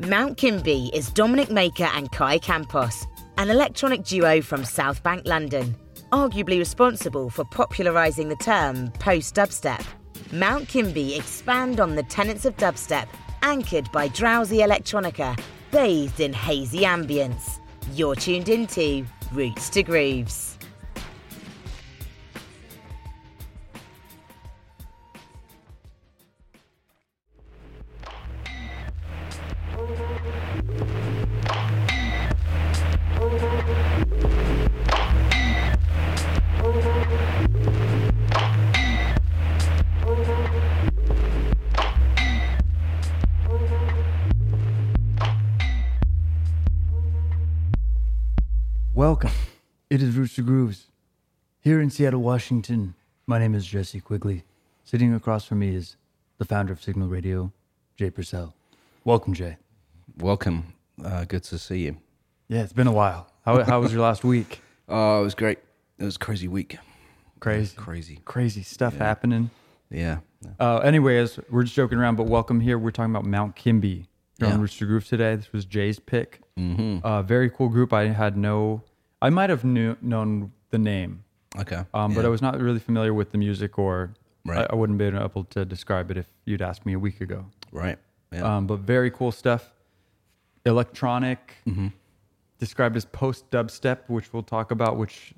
Mount Kimby is Dominic Maker and Kai Campos, an electronic duo from South Bank, London, arguably responsible for popularising the term post dubstep. Mount Kimby expand on the tenets of dubstep, anchored by drowsy electronica, bathed in hazy ambience. You're tuned into Roots to Grooves. Welcome. It is Roots to Grooves. Here in Seattle, Washington, my name is Jesse Quigley. Sitting across from me is the founder of Signal Radio, Jay Purcell. Welcome, Jay. Welcome. Uh, good to see you. Yeah, it's been a while. How, how was your last week? Oh, it was great. It was a crazy week. Crazy. Crazy. Crazy stuff happening. Yeah. Uh, anyways, we're just joking around, but welcome here. We're talking about Mount Kimby You're on Yeah. Rooster Groove today. This was Jay's pick. Uh, very cool group. I had no, I might have knew, known the name, Okay. um, but Yeah. I was not really familiar with the music, or I, Right. I wouldn't be able to describe it if you'd asked me a week ago. right. Yeah. Um, but very cool stuff. Electronic, described as post dubstep, which we'll talk about. Which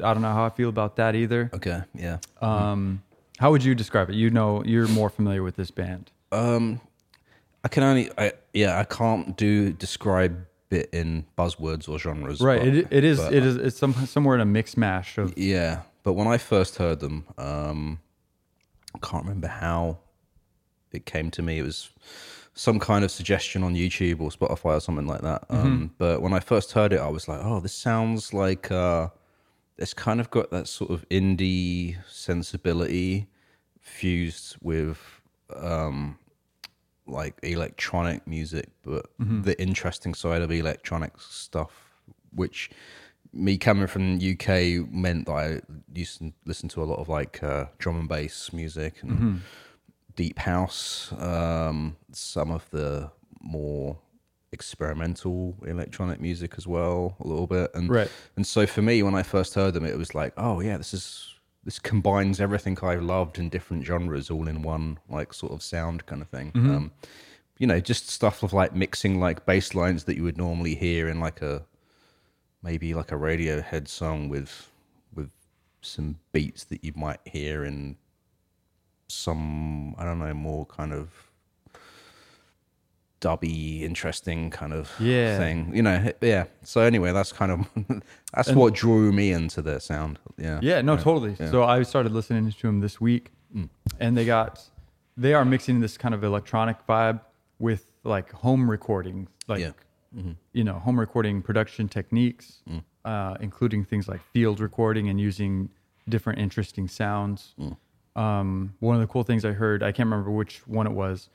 I don't know how I feel about that either. okay. Yeah. Um, how would you describe it? You know, you're more familiar with this band. Um, I can only. I yeah. I can't do describe it in buzzwords or genres. Right. but- It, it is. but- it is. It's some, somewhere in a mix mash of. Yeah, but when I first heard them, um, I can't remember how it came to me. It was some kind of suggestion on YouTube or Spotify or something like that. Um, but when I first heard it, I was like, "Oh, this sounds like uh, it's kind of got that sort of indie sensibility fused with um, like electronic music, but the interesting side of electronic stuff, which me coming from the UK meant that I used to listen to a lot of like uh, drum and bass music and deep house, um, some of the more experimental electronic music as well, a little bit, and Right. and so for me, when I first heard them, it was like, oh yeah, this is this combines everything I loved in different genres all in one like sort of sound kind of thing. Um, you know, just stuff of like mixing like bass lines that you would normally hear in like a maybe like a Radiohead song with with some beats that you might hear in some I don't know more kind of dubby interesting kind of Yeah. thing you know yeah so anyway that's kind of that's what drew me into the sound yeah Yeah. No. Totally. So I started listening to them this week, and they got they are mixing this kind of electronic vibe with like home recording, like Yeah. you know, home recording production techniques, uh, including things like field recording and using different interesting sounds. Um, one of the cool things I heard, I can't remember which one it was.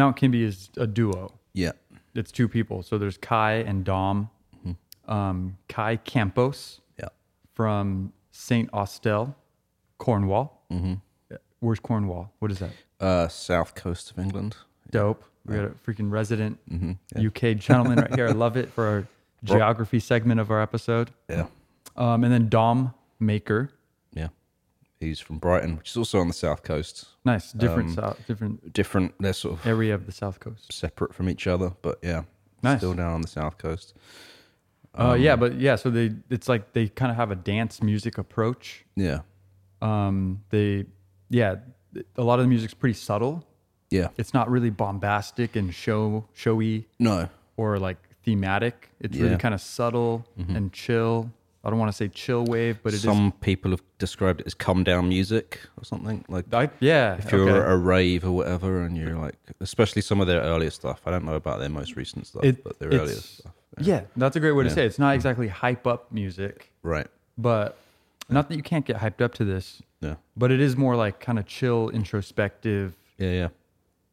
Mount Kimby is a duo. yeah it's two people. So there's Kai and Dom. Um, Kai Campos yeah from St. Austell, Cornwall. Mm-hmm. Where's Cornwall? What is that? uh south coast of England Dope. We got a freaking resident UK gentleman right here. I love it for our geography segment of our episode. yeah Um, and then Dom Maker. yeah he's from Brighton which is also on the south coast Nice, different, south, different different they're sort of area of the South Coast. separate from each other but yeah Nice. still down on the south coast uh, yeah, but yeah, so they it's like they kind of have a dance music approach. yeah Um, they, yeah, a lot of the music's pretty subtle. yeah it's not really bombastic and show showy no or like thematic. It's really Yeah. Mm-hmm. kind of subtle and chill. I don't want to say chill wave, but it is. some people have described it as come down music or something like I, yeah. if you're okay. a rave or whatever and you're like especially some of their earlier stuff i don't know about their most recent stuff It- but their it's- earlier stuff yeah. that's a great way to say it. It's not exactly hype up music, right but not that you can't get hyped up to this, yeah but it is more like kind of chill, introspective. yeah yeah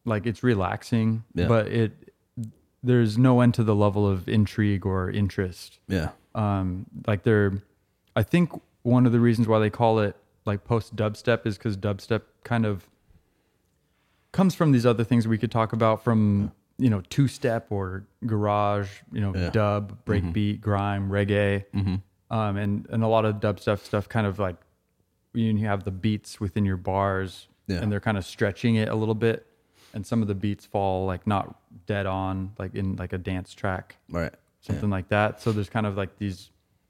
Like it's relaxing, Yeah. but it there's no end to the level of intrigue or interest. yeah um, like they're i think one of the reasons why they call it like post dubstep is because dubstep kind of comes from these other things we could talk about from you know two step or garage, you know dub, breakbeat, grime, reggae, um, and and a lot of dubstep stuff kind of like you you have the beats within your bars, Yeah. and they're kind of stretching it a little bit, and some of the beats fall like not dead on, like in like a dance track, Right. something like that. So there's kind of like these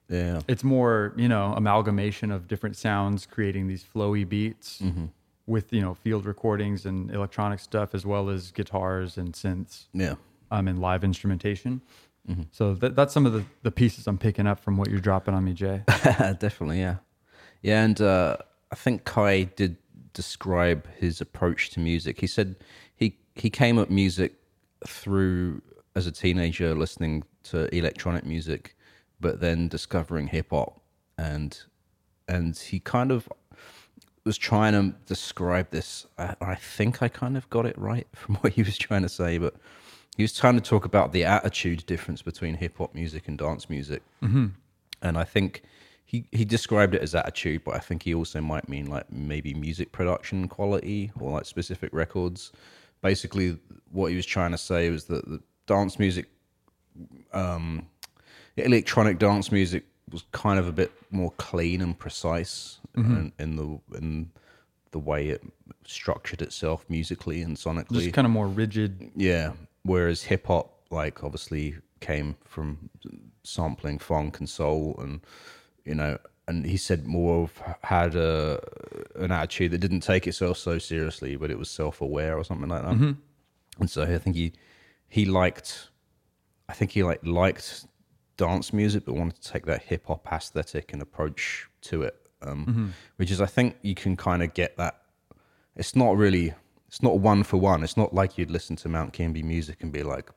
Yeah. it's more you know amalgamation of different sounds creating these flowy beats Mm-hmm. with you know field recordings and electronic stuff as well as guitars and synths Yeah. um, and live instrumentation Mm-hmm. so that, that's some of the, the pieces i'm picking up from what you're dropping on me jay Definitely, yeah. Yeah, and uh, I think Kai did describe his approach to music. He said he he came up music through as a teenager listening to electronic music, but then discovering hip hop and and he kind of was trying to describe this. I, I think I kind of got it right from what he was trying to say, but he was trying to talk about the attitude difference between hip hop music and dance music. Mm-hmm. And I think he, he described it as attitude, but I think he also might mean like maybe music production quality or like specific records. Basically, what he was trying to say was that the dance music um, electronic dance music was kind of a bit more clean and precise in, in the in the way it structured itself musically and sonically. just kind of more rigid yeah. Whereas hip hop, like obviously, came from sampling funk and soul, and you know, and he said more of had a an attitude that didn't take itself so seriously, but it was self aware or something like that. And so I think he he liked I think he like liked dance music, but wanted to take that hip hop aesthetic and approach to it, um, which is I think you can kind of get that. It's not really, it's not one for one. It's not like you'd listen to Mount Kimby music and be like,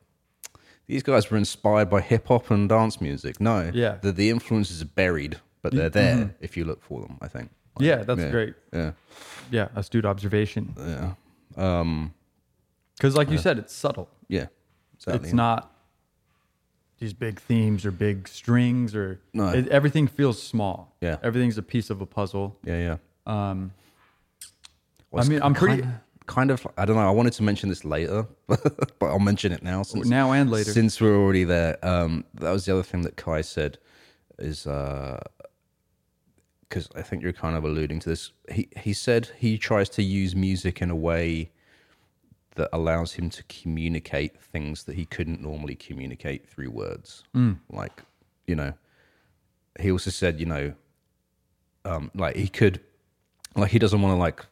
these guys were inspired by hip hop and dance music. No, Yeah. the, the influences are buried, but they're there if you look for them. I think. Like, yeah that's great Yeah, yeah astute observation yeah, um, because like you said it's subtle yeah. Exactly. it's not these big themes or big strings or No. it, everything feels small Yeah. everything's a piece of a puzzle Yeah, yeah. Um, i mean i'm pretty kind of, kind of. I don't know. I wanted to mention this later, but I'll mention it now. Since, Now and later. since we're already there. Um, that was the other thing that Kai said, is because I think you're kind of alluding to this. He he said he tries to use music in a way that allows him to communicate things that he couldn't normally communicate through words. Mm. Like, you know, he also said, you know, um, like he could, like he doesn't want to like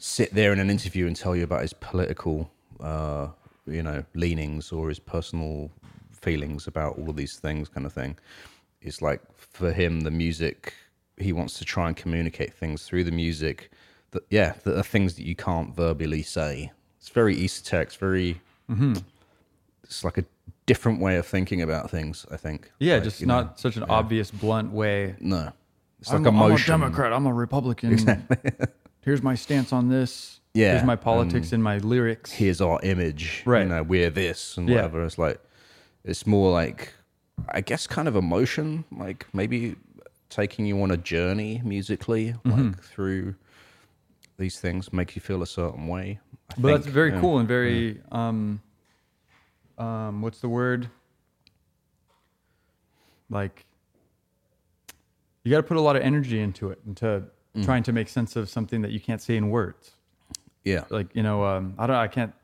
sit there in an interview and tell you about his political, uh, you know, leanings or his personal feelings about all of these things, kind of thing. It's like for him, the music he wants to try and communicate things through the music that yeah, that are things that you can't verbally say. It's very esoteric. It's very. Mm-hmm. It's like a different way of thinking about things. I think. Yeah, Like, just you know, not such an obvious, blunt way. no. It's like I'm, a a- I'm motion. a Democrat. I'm a Republican. Here's my stance on this. Yeah, um, Here's my politics and my lyrics. Here's our image. Right. You know, we're this and Yeah. whatever. It's like, it's more like, I guess, kind of emotion. Like maybe taking you on a journey musically, Mm-hmm. like through these things, make you feel a certain way. I but that's think. very Yeah. cool and very um, um, what's the word? Like, you got to put a lot of energy into it, into Mm. trying to make sense of something that you can't say in words. Yeah. Like you know, um, I don't, I can't.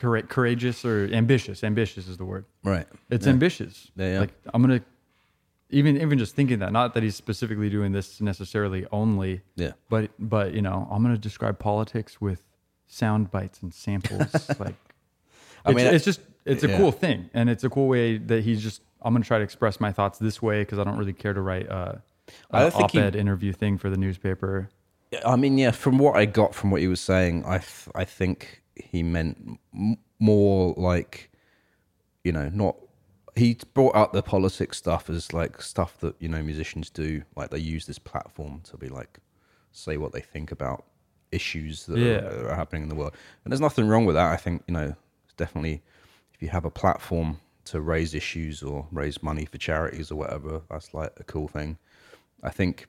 Coura- courageous or ambitious? Ambitious is the word. Right. It's ambitious. Yeah, yeah. Like I'm gonna even even just thinking that, not that he's specifically doing this necessarily only. Yeah. But but you know, I'm gonna describe politics with sound bites and samples. like I it's, mean, it's just it's a yeah. cool thing. And it's a cool way that he's just I'm gonna try to express my thoughts this way because I don't really care to write uh an I don't think op he- ed interview thing for the newspaper. I mean, yeah. From what I got from what he was saying, I th- I think he meant m- more like, you know, not. He brought up the politics stuff as like stuff that you know musicians do. Like they use this platform to be like, say what they think about issues that Yeah. are, are happening in the world. And there's nothing wrong with that. I think you know, it's definitely if you have a platform to raise issues or raise money for charities or whatever, that's like a cool thing. I think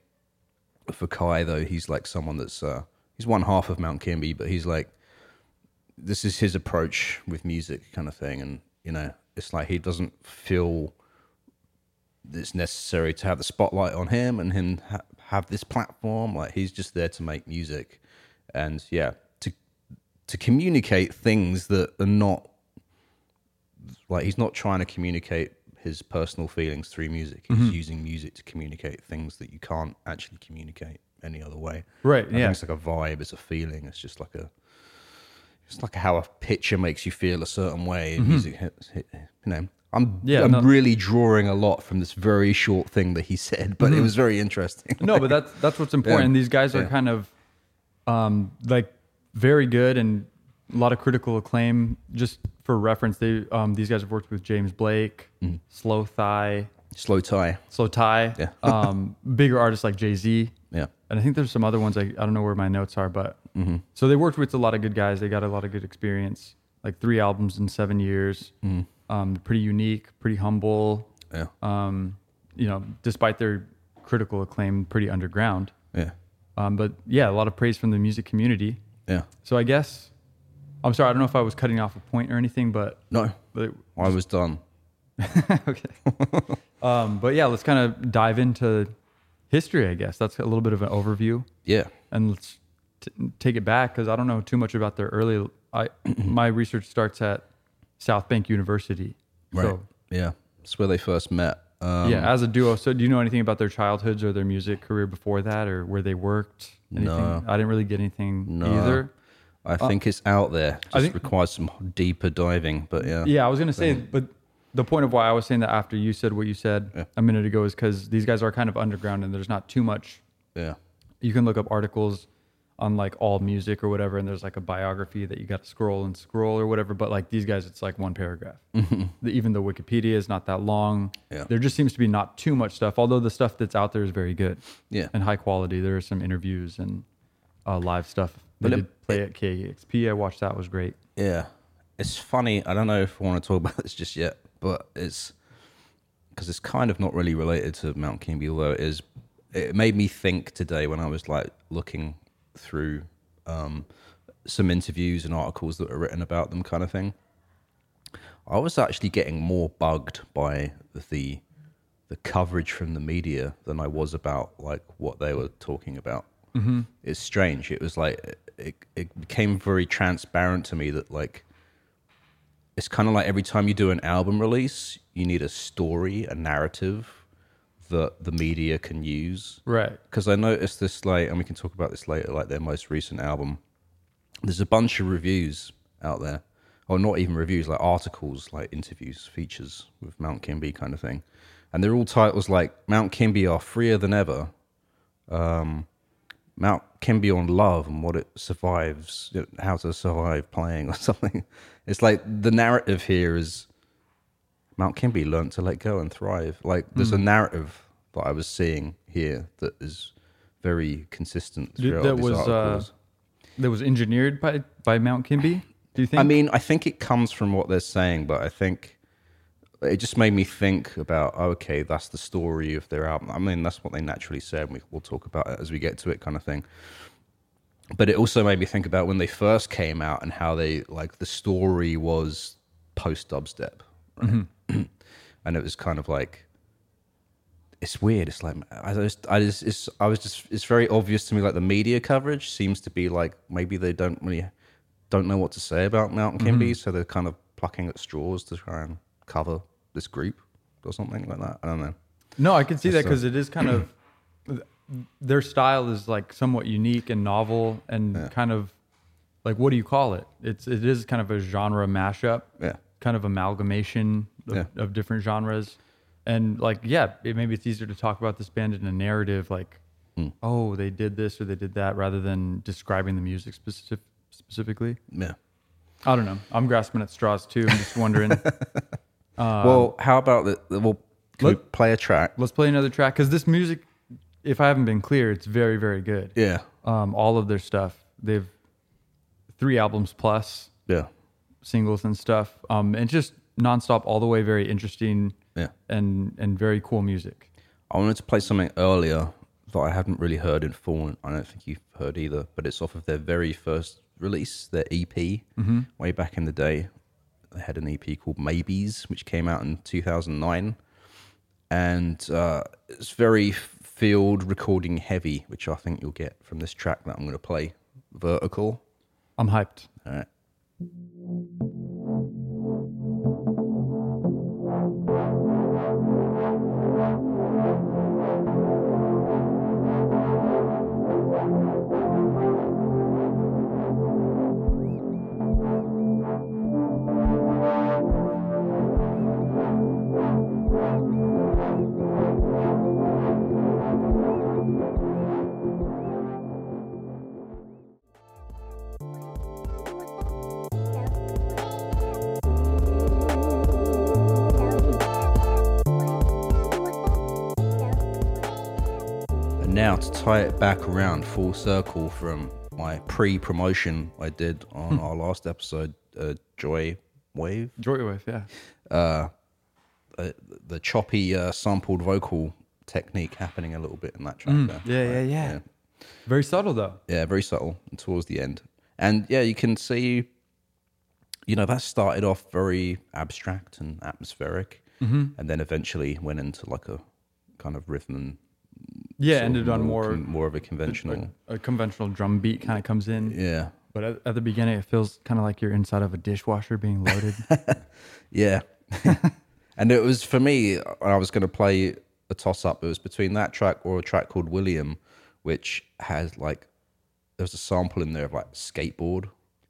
for Kai though, he's like someone that's uh, he's one half of Mount Kimby, but he's like this is his approach with music kind of thing and you know it's like he doesn't feel that it's necessary to have the spotlight on him and him ha- have this platform like he's just there to make music and yeah to to communicate things that are not like he's not trying to communicate his personal feelings through music Mm-hmm. he's using music to communicate things that you can't actually communicate any other way Right, I think yeah. it's like a vibe it's a feeling it's just like a it's like how a picture makes you feel a certain way. and Music, hits- hit- you know. I'm Mm-hmm. Yeah, I'm no. really drawing a lot from this very short thing that he said, but it was very interesting. Mm-hmm. no, but that's that's what's important. These guys are Yeah. kind of um, like very good and a lot of critical acclaim. Just for reference, they um, these guys have worked with James Blake, Slow Thigh, Slow tie. Slow Tie, Mm-hmm. Yeah. um, bigger artists like Jay Z. Yeah. And I think there's some other ones I, I don't know where my notes are, but Mm-hmm. so they worked with a lot of good guys. They got a lot of good experience, like three albums in seven years. Mm-hmm. Um, pretty unique, pretty humble. Yeah. Um, you know, despite their critical acclaim, pretty underground. Yeah. Um, but yeah, a lot of praise from the music community. Yeah. So I guess I'm sorry, I don't know if I was cutting off a point or anything, but, No, but I was done. okay. um, but yeah, let's kind of dive into history. I guess that's a little bit of an overview, Yeah. and let's t- take it back because I don't know too much about their early. I my research starts at South Bank University. Right. So, yeah. It's where they first met. Um, yeah, as a duo. So, do you know anything about their childhoods or their music career before that, or where they worked? Anything? No. I didn't really get anything either. I think it's out there. Just Uh, think- requires some deeper diving, but yeah. Yeah, I was gonna say, but the point of why I was saying that after you said what you said a minute ago is because these guys are kind of underground and there's not too much. Yeah. You can look up articles on like all music or whatever, and there's like a biography that you got to scroll and scroll or whatever. But like these guys, it's like one paragraph. The- Even the Wikipedia is not that long. Mm-hmm. Yeah. There just seems to be not too much stuff, although the stuff that's out there is very good Yeah. and high quality. There are some interviews and uh, live stuff. They But it- did play at KXP. I watched that; it was great. Yeah. It's funny. I don't know if I want to talk about this just yet, but it's because it's kind of not really related to Mount Kimby, although it is. It made me think today when I was like looking through um, some interviews and articles that were written about them, kind of thing. I was actually getting more bugged by the the coverage from the media than I was about like what they were talking about. Mm-hmm. It's strange. It was like it it became very transparent to me that like it's kind of like every time you do an album release, you need a story, a narrative that the media can use. Right. Because I noticed this, like, and we can talk about this later, like their most recent album. There's a bunch of reviews out there, or not even reviews, like articles, like interviews, features with Mount Kimby kind of thing. And they're all titles like Mount Kimby are freer than ever, Mount Kimby on love and what it survives, how to survive playing or something. It's like the narrative here is Mount Kimby learned to let go and thrive. Like there's Hmm. a narrative that I was seeing here that is very consistent Th- throughout that these was uh, articles. that was engineered by by Mount Kimby. Do you think? I mean, I think it comes from what they're saying, but I think it just made me think about oh, okay, that's the story of their album. I mean, that's what they naturally said. And we, we'll talk about it as we get to it, kind of thing. But it also made me think about when they first came out and how they like the story was post dubstep, right? Mm-hmm. and it was kind of like it's weird. It's like I just, I just, it's, I was just, it's very obvious to me. Like the media coverage seems to be like maybe they don't really, don't know what to say about Mount Kimby, so they're kind of plucking at straws to try and cover this group or something like that. I don't know. no, I can see that because it is kind of their style is like somewhat unique and novel and kind of like what do you call it? It's it is kind of a genre mashup, Yeah. kind of amalgamation of, Yeah. of different genres, and like yeah, it, maybe it's easier to talk about this band in a narrative like. Hmm. Oh, they did this or they did that, rather than describing the music specific, specifically. Yeah. I don't know. I'm grasping at straws too. I'm just wondering. well, how about the? the- Well, can we let- play a track? let's play another track because this music if i haven't been clear it's very very good Yeah. um, all of their stuff they've three albums plus Yeah. singles and stuff um, and just nonstop all the way very interesting Yeah. and and very cool music I wanted to play something earlier that I hadn't really heard in full, and I don't think you've heard either. But it's off of their very first release, their EP, way back in the day. They had an EP called Maybes, which came out in 2009. And uh, it's very field recording heavy, which I think you'll get from this track that I'm going to play, Vertical. I'm hyped. All right. And now to tie it back around full circle from my pre-promotion I did on our last episode, uh, Joy Wave, Joywave, yeah. uh, the choppy uh, sampled vocal technique happening a little bit in that track. there. Yeah, yeah, yeah. Very subtle though. Yeah, very subtle towards the end. And yeah, you can see, you know, that started off very abstract and atmospheric Mm-hmm. and then eventually went into like a kind of rhythm and Yeah, sort of ended on con- more more of a conventional. a conventional drum beat kind of comes in. Yeah. But at, at the beginning, it feels kind of like you're inside of a dishwasher being loaded. Yeah. and it was for me, I was going to play a toss up. It was between that track or a track called William, which has like, there was a sample in there of like skateboard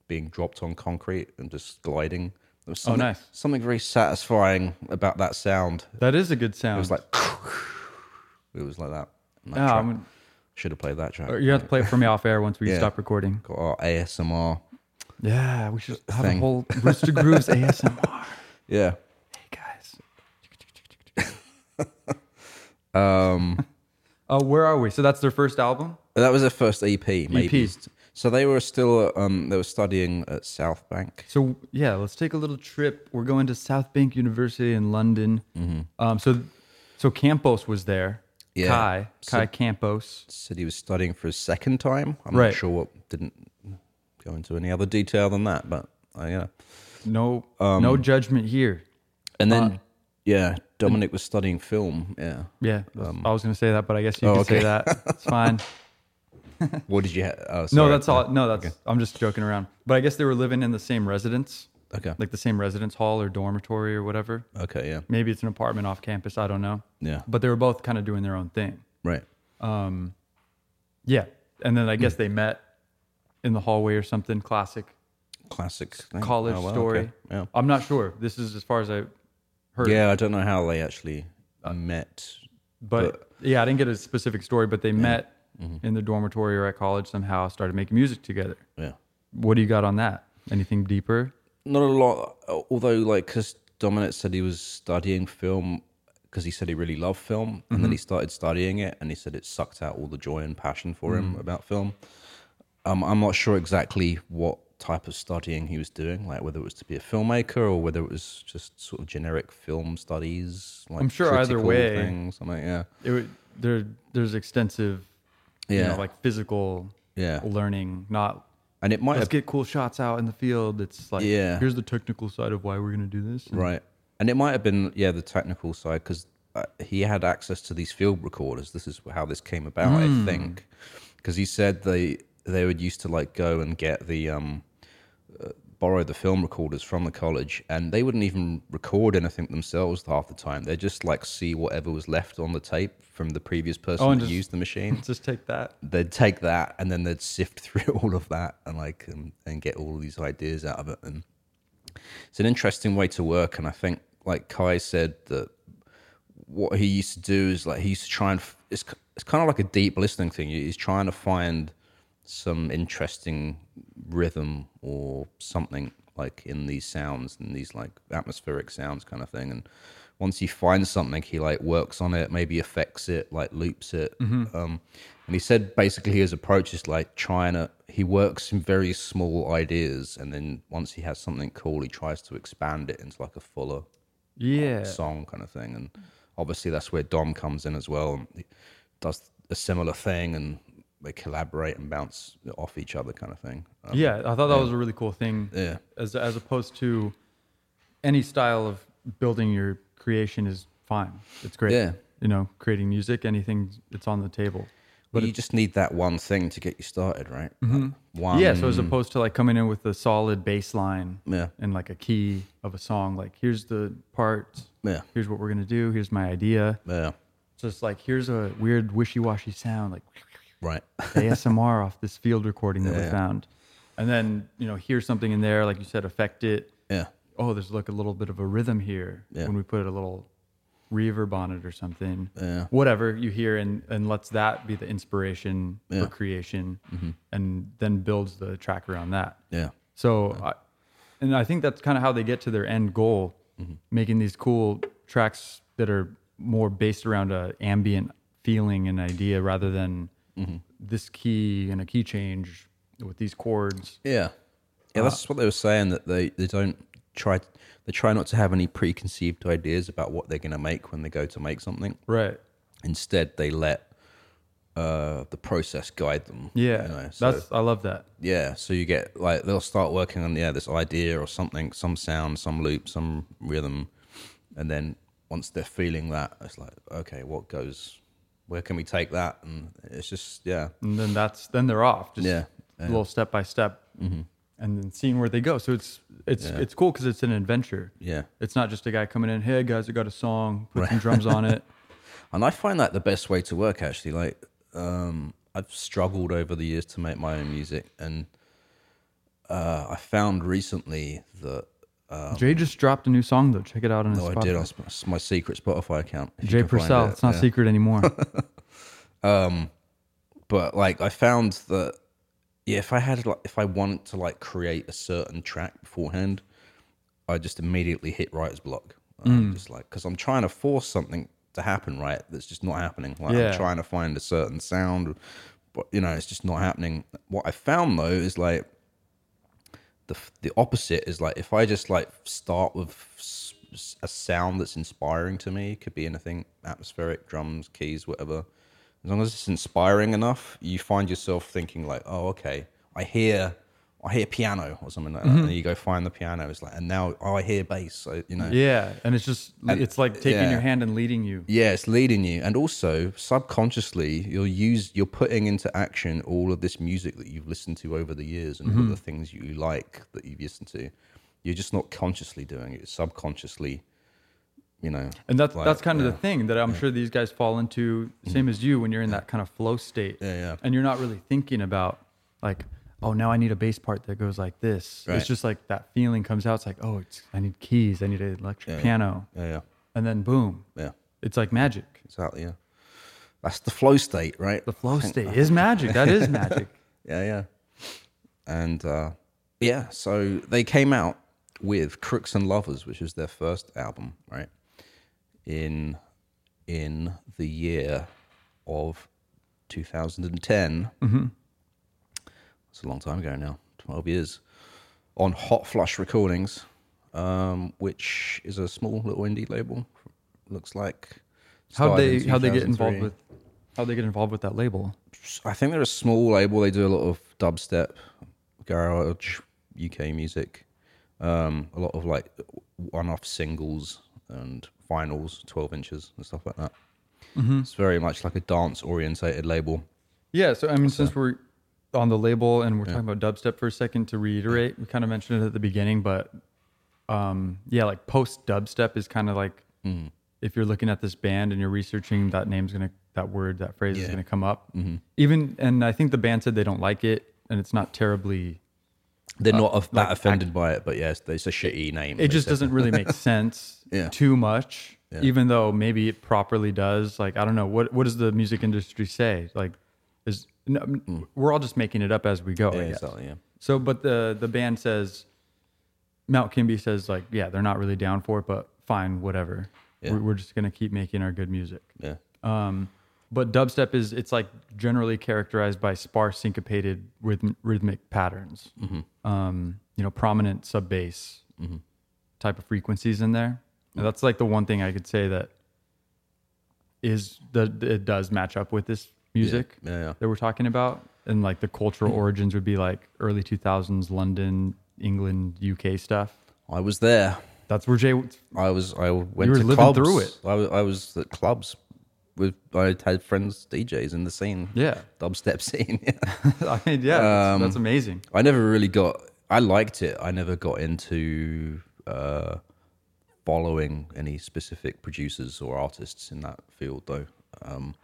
being dropped on concrete and just gliding. There was something, Oh, nice. something very satisfying about that sound. that is a good sound. It was like, it was like that. And that Yeah, uh, track- I'm- should have played that track. you have to play it for me off air once we Yeah. stop recording. Got our ASMR. Yeah, we should have Thing. a whole Rooster Grooves ASMR. Yeah. Hey guys. um, uh, where are we? So that's their first album. That was their first EP, maybe. E So they were still um, they were studying at South Bank. So yeah, let's take a little trip. We're going to South Bank University in London. Um, so, so Campos was there. Mm-hmm. Yeah. Kai, Kai Campos. Said he was studying for his second time. I'm Right. not sure what didn't go into any other detail than that, but uh, yeah. No, Um, no judgment here. And then Uh, yeah, Dominic was studying film. Yeah. Yeah, I was gonna say that, but I guess you um, oh, can say okay. that. It's fine. What did you? Ha- oh, No, sorry. that's all. No, that's. I'm just joking around. But I guess they were living in the same residence, Okay. like the same residence hall or dormitory or whatever. okay. Yeah. Maybe it's an apartment off campus. I don't know. Yeah. But they were both kind of doing their own thing. Right. Yeah, and then I guess they met in the hallway or something. Classic Classic thing. college Oh, wow, okay. story. Yeah. I'm not sure. This is as far as I heard. Yeah. I don't know how they actually Uh, met. but yeah, I didn't get a specific story. But they met Mm-hmm. in the dormitory or at college somehow. Started making music together. Yeah. What do you got on that? Anything deeper? not a lot although like because dominic said he was studying film because he said he really loved film and Mm-hmm. then he started studying it and he said it sucked out all the joy and passion for Mm. him about film um, i'm not sure exactly what type of studying he was doing like whether it was to be a filmmaker or whether it was just sort of generic film studies like I'm sure either critical way- things something yeah It would, there, there's extensive, you yeah know, like physical Yeah. Oh, learning. Not and it might let's have get cool shots out in the field. It's like Yeah. here's the technical side of why we're gonna do this. And Right. And it might have been, yeah, the technical side because uh, he had access to these field recorders. This is how this came about, Hmm. I think, because he said they they would used to like go and get the um, uh, borrow the film recorders from the college, and they wouldn't even record anything themselves half the time. They just like see whatever was left on the tape from the previous person Oh, that and just- used the machine. Just take that. They'd take that and then they'd sift through all of that and like um, and get all these ideas out of it and it's an interesting way to work and i think like kai said that what he used to do is like he used to try and f- it's, k- it's kind of like a deep listening thing he's trying to find some interesting rhythm or something like in these sounds and these like atmospheric sounds kind of thing and once he finds something he like works on it maybe affects it like loops it um, and he said basically his approach is like trying to he works in very small ideas and then once he has something cool he tries to expand it into like a fuller Yeah. song kind of thing. And obviously that's where Dom comes in as well and he does a similar thing and they collaborate and bounce off each other kind of thing. Um, yeah, I thought that was a really cool thing. Yeah. As as opposed to any style of building your creation is fine. It's great. Yeah. You know, creating music, anything it's on the table. But you just need that one thing to get you started, right? Like, one. Mm-hmm. Yeah, so as opposed to like coming in with a solid bass line Yeah. and like a key of a song, like here's the parts, Yeah. here's what we're gonna do, here's my idea. yeah. Just like here's a weird wishy washy sound, like Right. ASMR off this field recording that we Yeah. found. And then, you know, hear something in there, like you said, affect it. yeah. Oh, there's like a little bit of a rhythm here Yeah. when we put a little reverb on it or something. Yeah. Whatever you hear and, and lets that be the inspiration for creation Mm-hmm. and then builds the track around that. Yeah. So, I, and I think that's kind of how they get to their end goal, Mm-hmm. making these cool tracks that are more based around a ambient feeling and idea rather than Mm-hmm. this key and a key change with these chords. Yeah. Yeah, Uh, that's what they were saying that they, they don't try they try not to have any preconceived ideas about what they're gonna make when they go to make something. Right. Instead they let uh, the process guide them. Yeah. you know, so- that's I love that. yeah so you get like they'll start working on yeah this idea or something some sound some loop some rhythm and then once they're feeling that it's like okay what goes where can we take that and it's just yeah And then that's then they're off. Just Yeah. Mm-hmm. a little step by step. And then seeing where they go. So it's it's it's cool because it's an adventure. Yeah. It's not just a guy coming in, hey guys, I got a song, put some drums on it. and i find that the best way to work actually like um i've struggled over the years to make my own music and uh i found recently that Jay just dropped a new song though. Check it out on his oh, Spotify. i did on Sp- my secret spotify account if you Jay can find Purcell. it, It's not yeah. secret anymore. but like I found that yeah, if I had like if I wanted to like create a certain track beforehand, I just immediately hit writer's block. I'm Just like because I'm trying to force something to happen, right? That's just not happening. Like Yeah. I'm trying to find a certain sound, but you know, it's just not happening. What I found though is like the the opposite is like if I just like start with s- s- a sound that's inspiring to me, could be anything, atmospheric, drums, keys, whatever. As long as it's inspiring enough, you find yourself thinking like, oh, okay, I hear. I hear piano or something like that, and you go find the piano. It's like, and now oh, I hear bass. So, you know, yeah, and it's just it's like taking yeah. your hand and leading you. yeah, it's leading you, and also subconsciously, you'll use you're putting into action all of this music that you've listened to over the years and all Mm-hmm. of the things you like that you've listened to. You're just not consciously doing it; it's subconsciously, you know. And that's like, that's kind of yeah. the Mm-hmm. thing that I'm sure these guys fall into, same as you when you're in that kind of flow state. Yeah, yeah. And you're not really thinking about like, oh, now I need a bass part that goes like this. Right. It's just like that feeling comes out. It's like, oh, it's, I need keys, I need an electric piano, yeah, yeah, and then boom, yeah, it's like magic. exactly. Yeah, that's the flow state, right? The flow state is magic. That is magic. Yeah, yeah. And uh, yeah, so they came out with Crooks and Lovers, which was their first album, right? In in the year of 2010. Mm-hmm. It's a long time ago now, 12 years. On Hot Flush Recordings, um, which is a small little indie label, looks like. How Started they in how they get involved 2003. with how they get involved with that label? I think they're a small label. They do a lot of dubstep, garage, UK music, um, a lot of like one-off singles and vinyls, twelve inches and stuff like that. Mm-hmm. It's very much like a dance-orientated label. Yeah, so I mean, since we're on the label and we're talking about dubstep for a second, to reiterate, we kind of mentioned it at the beginning, but um, yeah, like post dubstep is kind of like Mm-hmm. if you're looking at this band and you're researching that name's gonna, that word, that phrase is gonna come up. Mm-hmm. Even and I think the band said they don't like it, and it's not terribly. They're not of- that offended by it, but yes, it's a shitty name. Uh, It just doesn't really make sense Yeah. too much, even though maybe it properly does. Like I don't know what what does the music industry say? Like is no, we're all just making it up as we go. I Mm. Yeah, guess. exactly, yeah. So, but the the band says, Mount Kimby says, like, yeah, they're not really down for it, but fine, whatever. We're, we're just gonna keep making our good music. Yeah, But dubstep is it's like generally characterized by sparse syncopated rhythm, rhythmic patterns. Mm-hmm. Um, you know, prominent sub bass type of frequencies in there. And that's like the one thing I could say that is that it does match up with this music Yeah, Mm-hmm. yeah. that we're talking about, and like the cultural origins would be like early 2000s London, England, UK stuff. I was there. That's where Jay. I was. I went You were to living clubs. through it. I was, I was at clubs with. I had friends DJs in the scene. Yeah. dubstep scene. Yeah. I mean, yeah, Um, that's, that's amazing. I never really got. I liked it. I never got into uh, following any specific producers or artists in that field, though. Um,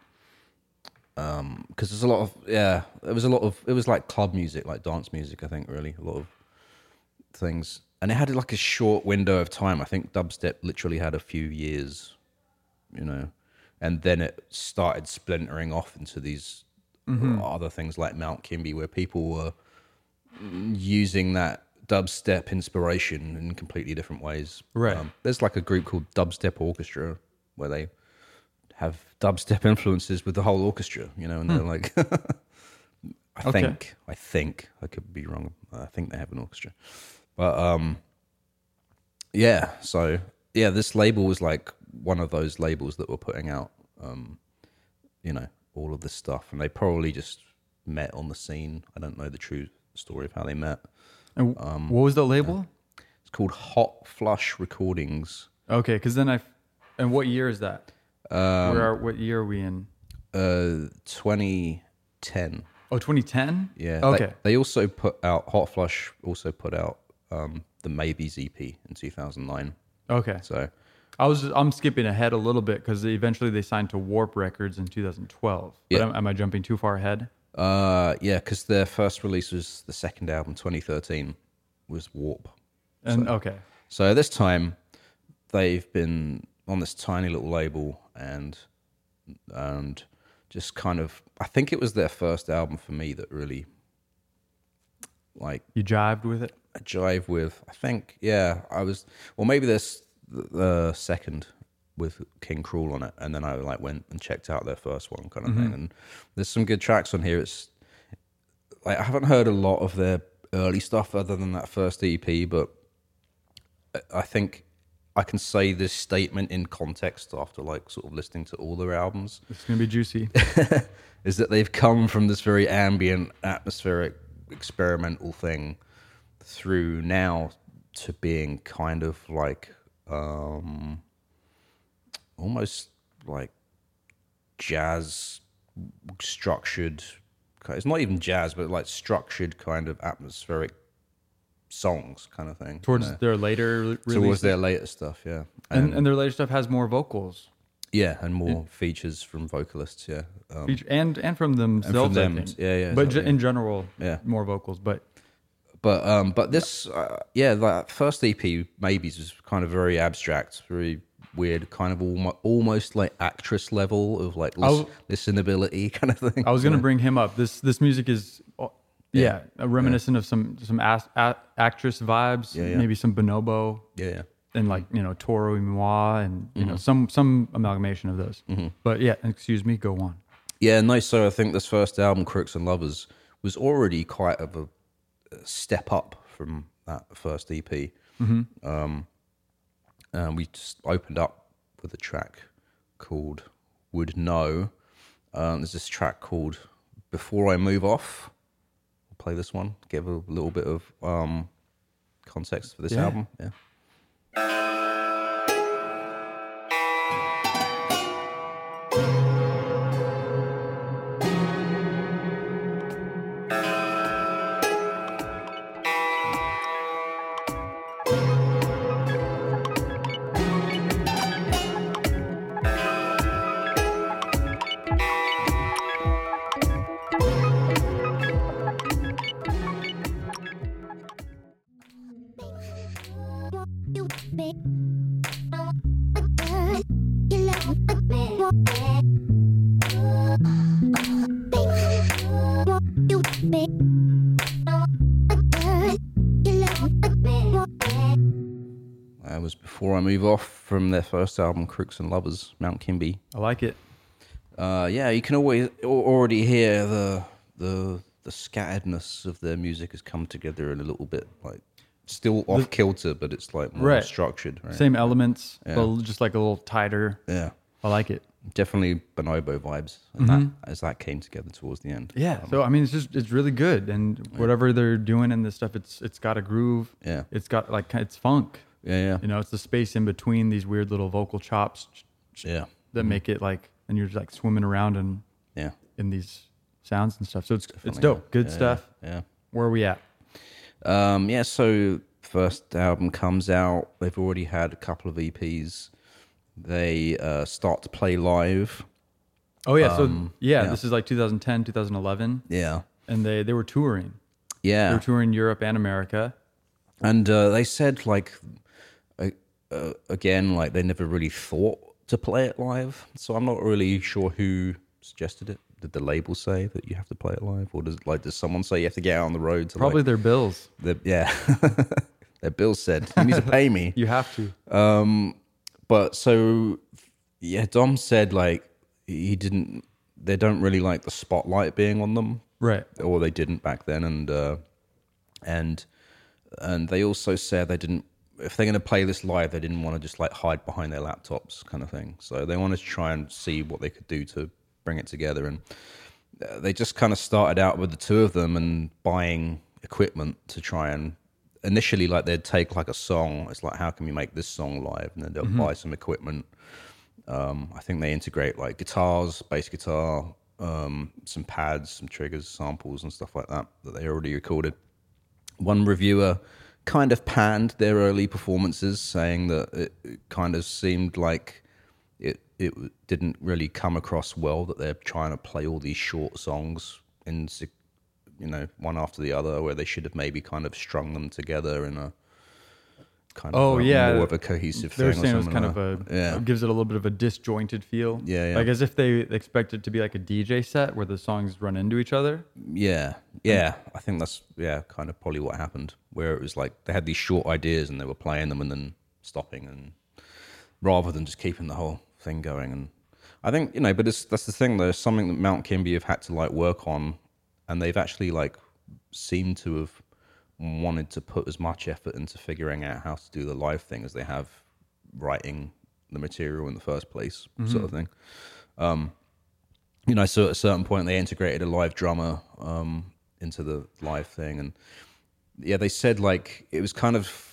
um, because there's a lot of yeah, there was a lot of it was like club music, like dance music. I think really a lot of things, and it had like a short window of time. I think dubstep literally had a few years, you know, and then it started splintering off into these other things like Mount Kimby, where people were using that dubstep inspiration in completely different ways. Um, Right. there's like a group called Dubstep Orchestra where they have dubstep influences with the whole orchestra, you know, and they're like, I Okay. think, I think, I could be wrong. I think they have an orchestra. But um, yeah, so yeah, this label was like one of those labels that were putting out, um, you know, all of this stuff. And they probably just met on the scene. I don't know the true story of how they met. And um, what was the uh, label? It's called Hot Flush Recordings. Okay, because then I, and what year is that? Um, Where are, what year are we in? Uh, 2010. Oh, 2010. Yeah. they- Okay. They, also put out Hot Flush. Also put out um, the Maybes EP in 2009. okay. So I was I'm skipping ahead a little bit because eventually they signed to Warp Records in 2012. Yeah. But am, am I jumping too far ahead? uh, yeah, because their first release was the second album, 2013, was Warp. And okay, So this time they've been on this tiny little label and and just kind of I think it was their first album for me that really like you jived with it. a jive with. I think, yeah, I was, or maybe this the second with King Cruel on it, and then I like went and checked out their first one, kind of thing. And there's some good tracks on here. It's like I haven't heard a lot of their early stuff other than that first EP, but I- I think I can say this statement in context after like sort of listening to all their albums It's gonna be juicy. is that they've come from this very ambient, atmospheric, experimental thing through now to being kind of like um, almost like jazz structured. ki- It's not even jazz, but like structured kind of atmospheric songs, kind of thing. you Towards know, their later re- towards release, their later stuff, yeah, and, and, and their later stuff has more vocals, yeah, and more features from vocalists, yeah. Um, feature- and and from themselves. I them, think. yeah, yeah, But exactly. ge- in general, Yeah. more vocals. But but um but this uh, yeah that first ep maybes was kind of very abstract very weird kind of almost, almost like actress level of like lis- w- listenability kind of thing I was gonna bring him up. This this music is. uh, Yeah, uh, reminiscent of some some as, a, actress vibes, yeah. maybe some bonobo, yeah yeah and like you know Toro y Moi, and you know some some amalgamation of those. But yeah, excuse me, go on. yeah no so i think this first album crooks and lovers was already quite of a step up from that first ep um and we just opened up with a track called would know um there's this track called before i move off I'll play this one give a little bit of um context for this Yeah. album yeah You make again. You love me again. You make again. You love me again. that was before i move off from their first album crooks and lovers mount kimby I like it. Uh, yeah, you can always al- already hear the the the scatteredness of their music has come together in a little bit, like still off kilter, but it's like more Right. structured. Right? Same elements, but just like a little tighter. Yeah. I like it. definitely bonobo vibes and that, as that came together towards the end. Mm-hmm. Yeah. So I mean, it's just it's really good, and whatever they're doing and this stuff, it's it's got a groove. Yeah. It's got like it's funk. Yeah, You yeah, know, it's the space in between these weird little vocal chops yeah, that make it like, and you're just like swimming around in yeah. in these sounds and stuff. So it's it's Definitely, dope. Good yeah, stuff. Yeah. Where are we at? Um, yeah, so first album comes out. They've already had a couple of EPs. They uh, start to play live. Oh yeah. so yeah, this is like 2010, 2011, Yeah, and they they were touring. They yeah. were touring Europe and America. and uh, they said like I- uh, again like they never really thought to play it live so i'm not really sure who suggested it did the label say that you have to play it live or does like does someone say you have to get out on the road to Probably like, their bills. the, yeah their bill said you need to pay me You have to. but so yeah dom said like he didn't they don't really like the spotlight being on them Right. or they didn't back then, and uh, and and they also said they didn't. If they're going to play this live, they didn't want to just like hide behind their laptops, kind of thing. So they wanted to try and see what they could do to bring it together, and uh, they just kind of started out with the two of them and buying equipment to try and initially like they'd take like a song. It's like how can we make this song live, and then they'll buy some equipment. I think they integrate like guitars, bass guitar, um, some pads, some triggers, samples, and stuff like that that they already recorded. One reviewer kind of panned their early performances, saying that it, it kind of seemed like it it didn't really come across well that they're trying to play all these short songs in se- you know one after the other, where they should have maybe kind of strung them together in a kind Oh, of a- yeah. more of a cohesive They're thing. or saying it was something kind like of a that. yeah. it gives it a little bit of a disjointed feel. Yeah, yeah. Like as if they expect it to be like a DJ set where the songs run into each other. Yeah, yeah. I think that's yeah, kind of probably what happened. Where it was like they had these short ideas and they were playing them and then stopping, and rather than just keeping the whole thing going. And I think you know, but it's that's the thing. There's something that Mount Kimby have had to like work on, and they've actually like seemed to have wanted to put as much effort into figuring out how to do the live thing as they have writing the material in the first place, sort of thing you know, so at a certain point they integrated a live drummer um, into the live thing, and yeah, they said like it was kind of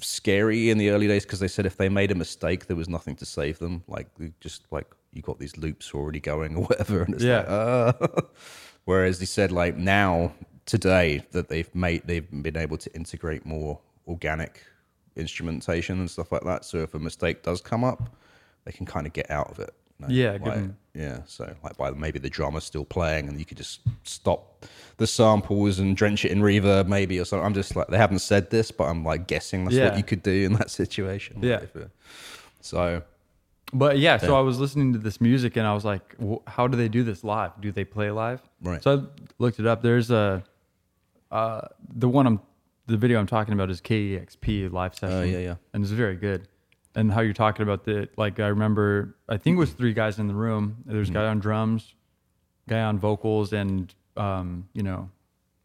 scary in the early days because they said if they made a mistake, there was nothing to save them. Like they just like you got these loops already going or whatever, and it's Yeah. like, uh. whereas they said like now today that they've made they've been able to integrate more organic instrumentation and stuff like that. So if a mistake does come up, they can kind of get out of it. you know? Yeah, give Like, 'em- yeah, so like by the, maybe the drummer's still playing, and you could just stop the samples and drench it in reverb, maybe or something. I'm just like they haven't said this, but I'm like guessing that's Yeah. what you could do in that situation. Yeah. If it- So But yeah, so I was listening to this music and I was like, "Wh- how do they do this live? Do they play live? Right. So I looked it up. There's a uh, the one I'm the video I'm talking about is KEXP live session. Oh, yeah, yeah. And it's very good. And how you're talking about the like I remember I think it was three guys in the room. There's a Mm-hmm. guy on drums, guy on vocals and um, you know,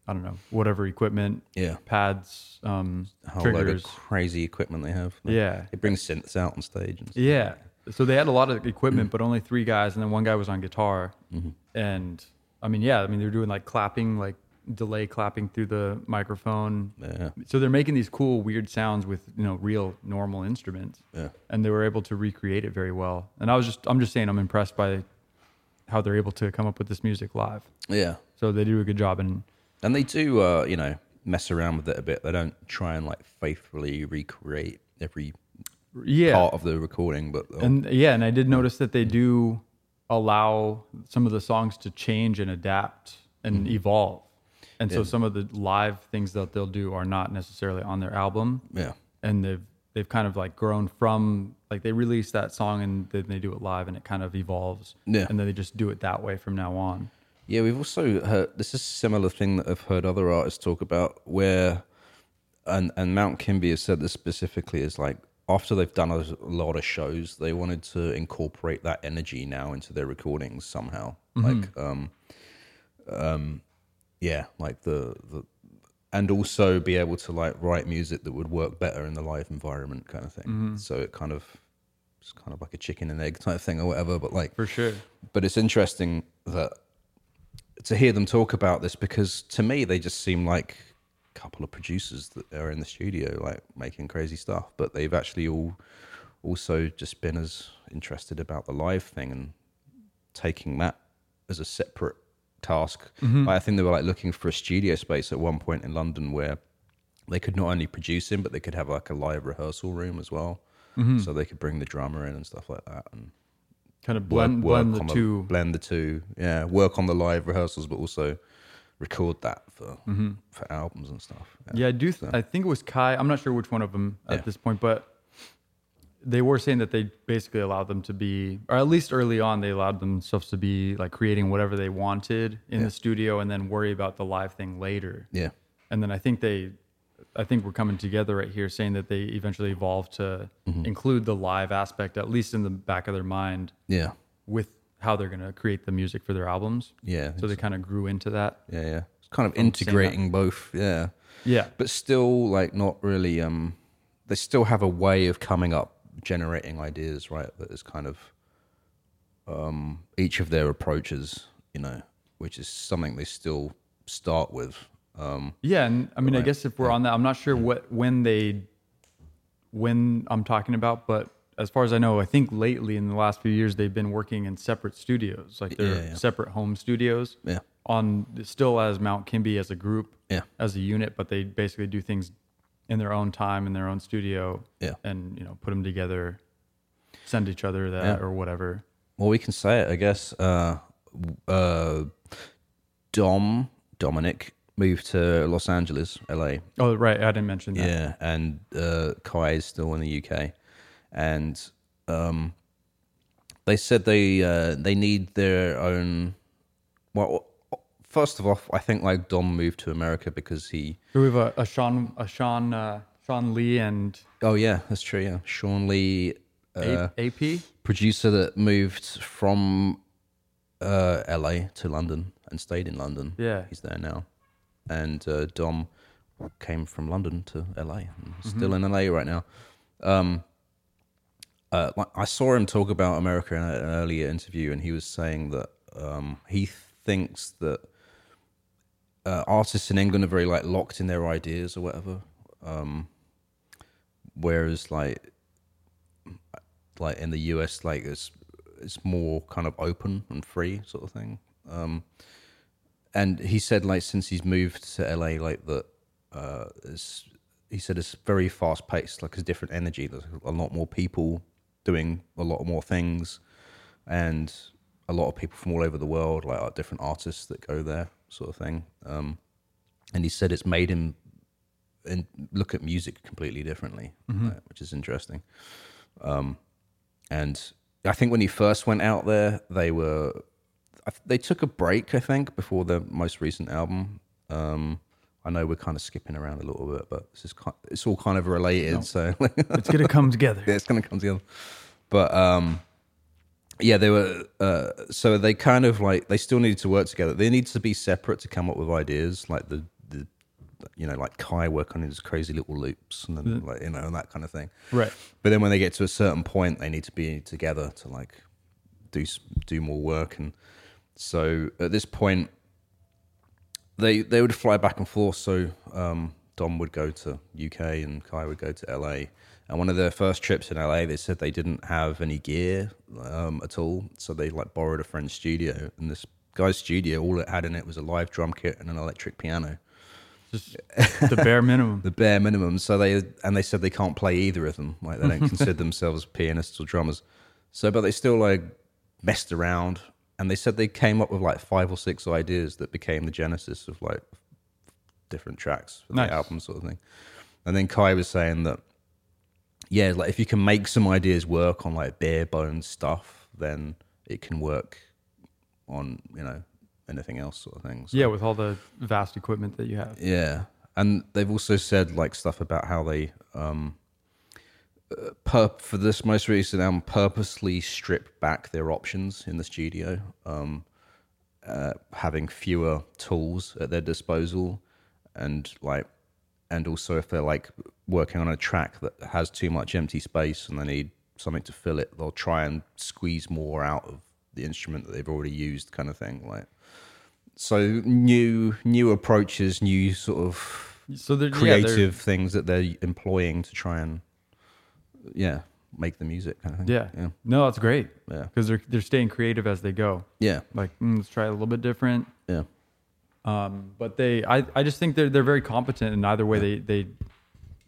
I don't know, whatever equipment, Yeah. pads, um a whole load of triggers. crazy equipment they have. Yeah. it brings synths out on stage. And stuff. Yeah. So they had a lot of equipment, but only three guys, and then one guy was on guitar. Mm-hmm. And I mean, yeah, I mean they were doing like clapping, like delay clapping through the microphone. Yeah. So they're making these cool, weird sounds with you know real, normal instruments. Yeah. And they were able to recreate it very well. And I was just, I'm just saying, I'm impressed by how they're able to come up with this music live. yeah. So they do a good job, and And they do, uh, you know, mess around with it a bit. They don't try and like faithfully recreate every yeah, part of the recording, but um, they'll- And yeah, and I did notice that they do allow some of the songs to change and adapt and evolve. And so some of the live things that they'll do are not necessarily on their album. yeah, And they've they've kind of like grown from like they release that song and then they do it live and it kind of evolves. Yeah. And then they just do it that way from now on. Yeah, we've also heard this is a similar thing that I've heard other artists talk about where and and Mount Kimby has said this specifically is like after they've done a lot of shows, they wanted to incorporate that energy now into their recordings somehow. Like um um yeah, like the the and also be able to like write music that would work better in the live environment kind of thing. So it kind of It's kind of like a chicken and egg type thing or whatever. But like, for sure. but it's interesting that to hear them talk about this because to me they just seem like a couple of producers that are in the studio like making crazy stuff but they've actually all also just been as interested about the live thing and taking that as a separate task Like, i think they were like looking for a studio space at one point in london where they could not only produce him but they could have like a live rehearsal room as well so they could bring the drummer in and stuff like that and Kind of blend, work blend on the two. blend the two. Yeah, work on the live rehearsals, but also record that for Mm-hmm. for albums and stuff. Yeah, I do. Th- I think it was Kai. I'm not sure which one of them Yeah. at this point, but they were saying that they basically allowed them to be, or at least early on, they allowed themselves to be like creating whatever they wanted in the studio, and then worry about the live thing later. yeah, And then I think they, I think we're coming together right here, saying that they eventually evolved to Mm-hmm. include the live aspect, at least in the back of their mind, yeah, with how they're going to create the music for their albums. yeah, So they kind of grew into that. yeah, yeah. It's kind of integrating both. Yeah, Yeah. but still, like, not really. Um, they still have a way of coming up, generating ideas, right? That is kind of um each of their approaches, you know, which is something they still start with. Um, Yeah, and I mean, I guess if we're on that, I'm not sure what when they when I'm talking about, but as far as I know, I think lately in the last few years they've been working in separate studios, like they're yeah. separate home studios. Yeah. On still as Mount Kimby as a group, Yeah. as a unit, but they basically do things in their own time in their own studio, Yeah. and you know put them together, send each other that or whatever. Well, we can say it, I guess. Uh, w- uh, Dom Dominic moved to Los Angeles, LA. Oh, right, I didn't mention that. Yeah, and uh, Kai is still in the UK, and um, they said they uh, they need their own. Well, first of all, I think like Dom moved to America because he. Here we have a, a Sean, a Sean, uh, Sean Lee and Oh yeah, that's true. Yeah, Sean Lee, A- Uh, AP. producer that moved from uh, LA to London and stayed in London. Yeah. he's there now. And uh, Dom came from London to LA, and is still in LA right now. Um, uh, like, I saw him talk about America in a- an earlier interview, and he was saying that um, he thinks that uh, artists in England are very like locked in their ideas or whatever. Um, whereas like like in the US, like it's it's more kind of open and free sort of thing. Um, and he said like since he's moved to LA, like that uh, it's, he said it's very fast paced, like it's different energy. There's a lot more people doing a lot more things, and a lot of people from all over the world, like are different artists that go there, sort of thing. Um, and he said it's made him and look at music completely differently, like, which is interesting and I think when he first went out there, they were I th- they took a break. I think before their most recent album. Um, I know we're kind of skipping around a little bit, but this is ki it's all kind of related. So It's gonna come together. yeah, it's gonna come together. But um, yeah, they were. Uh, so they kind of like they still needed to work together. They needed to be separate to come up with ideas, like the the you know like Kai work on his crazy little loops and then like you know and that kind of thing. Right. But then when they get to a certain point, they need to be together to like do s- do more work. And so at this point, they they would fly back and forth. So um, Dom would go to UK and Kai would go to LA. And one of their first trips in LA, they said they didn't have any gear um, at all, so they like borrowed a friend's studio. And this guy's studio, all it had in it was a live drum kit and an electric piano Just the bare minimum. the bare minimum. So they and they said they can't play either of them. Like they don't consider themselves pianists or drummers. So, but they still like messed around, and they said they came up with like five or six ideas that became the genesis of like different tracks for Nice. the album, sort of thing. And then Kai was saying that, yeah, like if you can make some ideas work on like bare bones stuff, then it can work on you know anything else, sort of thing. So- Yeah, with all the vast equipment that you have. yeah, and they've also said like stuff about how they um, uh, perp for this most recent album purposely strip back their options in the studio, um, uh, having fewer tools at their disposal, and like, and also if they're like working on a track that has too much empty space and they need something to fill it, they'll try and squeeze more out of the instrument that they've already used, kind of thing. Like so, new new approaches, new sort of So they're yeah, they're- creative things that they're employing to try and yeah make the music kind of thing. Yeah. yeah, No, that's great. Yeah. Because they're they're staying creative as they go. yeah, Like mm, let's try it a little bit different. yeah. Um, but they, I, I just think they're they're very competent in either way. They they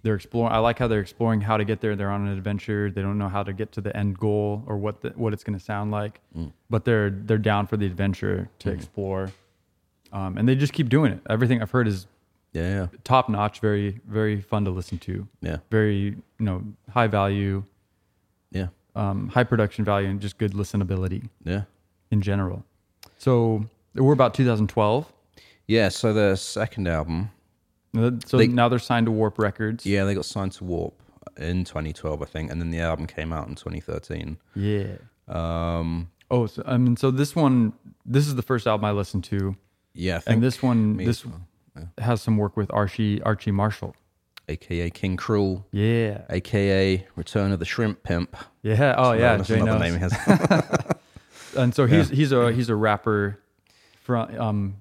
they're exploring. I like how they're exploring how to get there. They're on an adventure. They don't know how to get to the end goal or what the, what it's going to sound like. But they're they're down for the adventure to explore. Um, and they just keep doing it. Everything I've heard is Yeah, yeah, top notch. Very very fun to listen to. Yeah. Very you know high value, yeah, um, high production value, and just good listenability. yeah, in general. So we're about 2012. yeah. So their second album, Uh, So They- now they're signed to Warp Records. yeah, they got signed to Warp in 2012, I think, and then the album came out in 2013. Yeah. Um. Oh, so I mean, so this one, this is the first album I listened to, Yeah, I think and this one, me this as well. has some work with Archie Archie Marshall. aka King Cruel, Yeah. aka Return of the Shrimp Pimp. Yeah. Oh, yeah. that's Jay another knows. name he has. And so he's he's a he's a rapper, from um,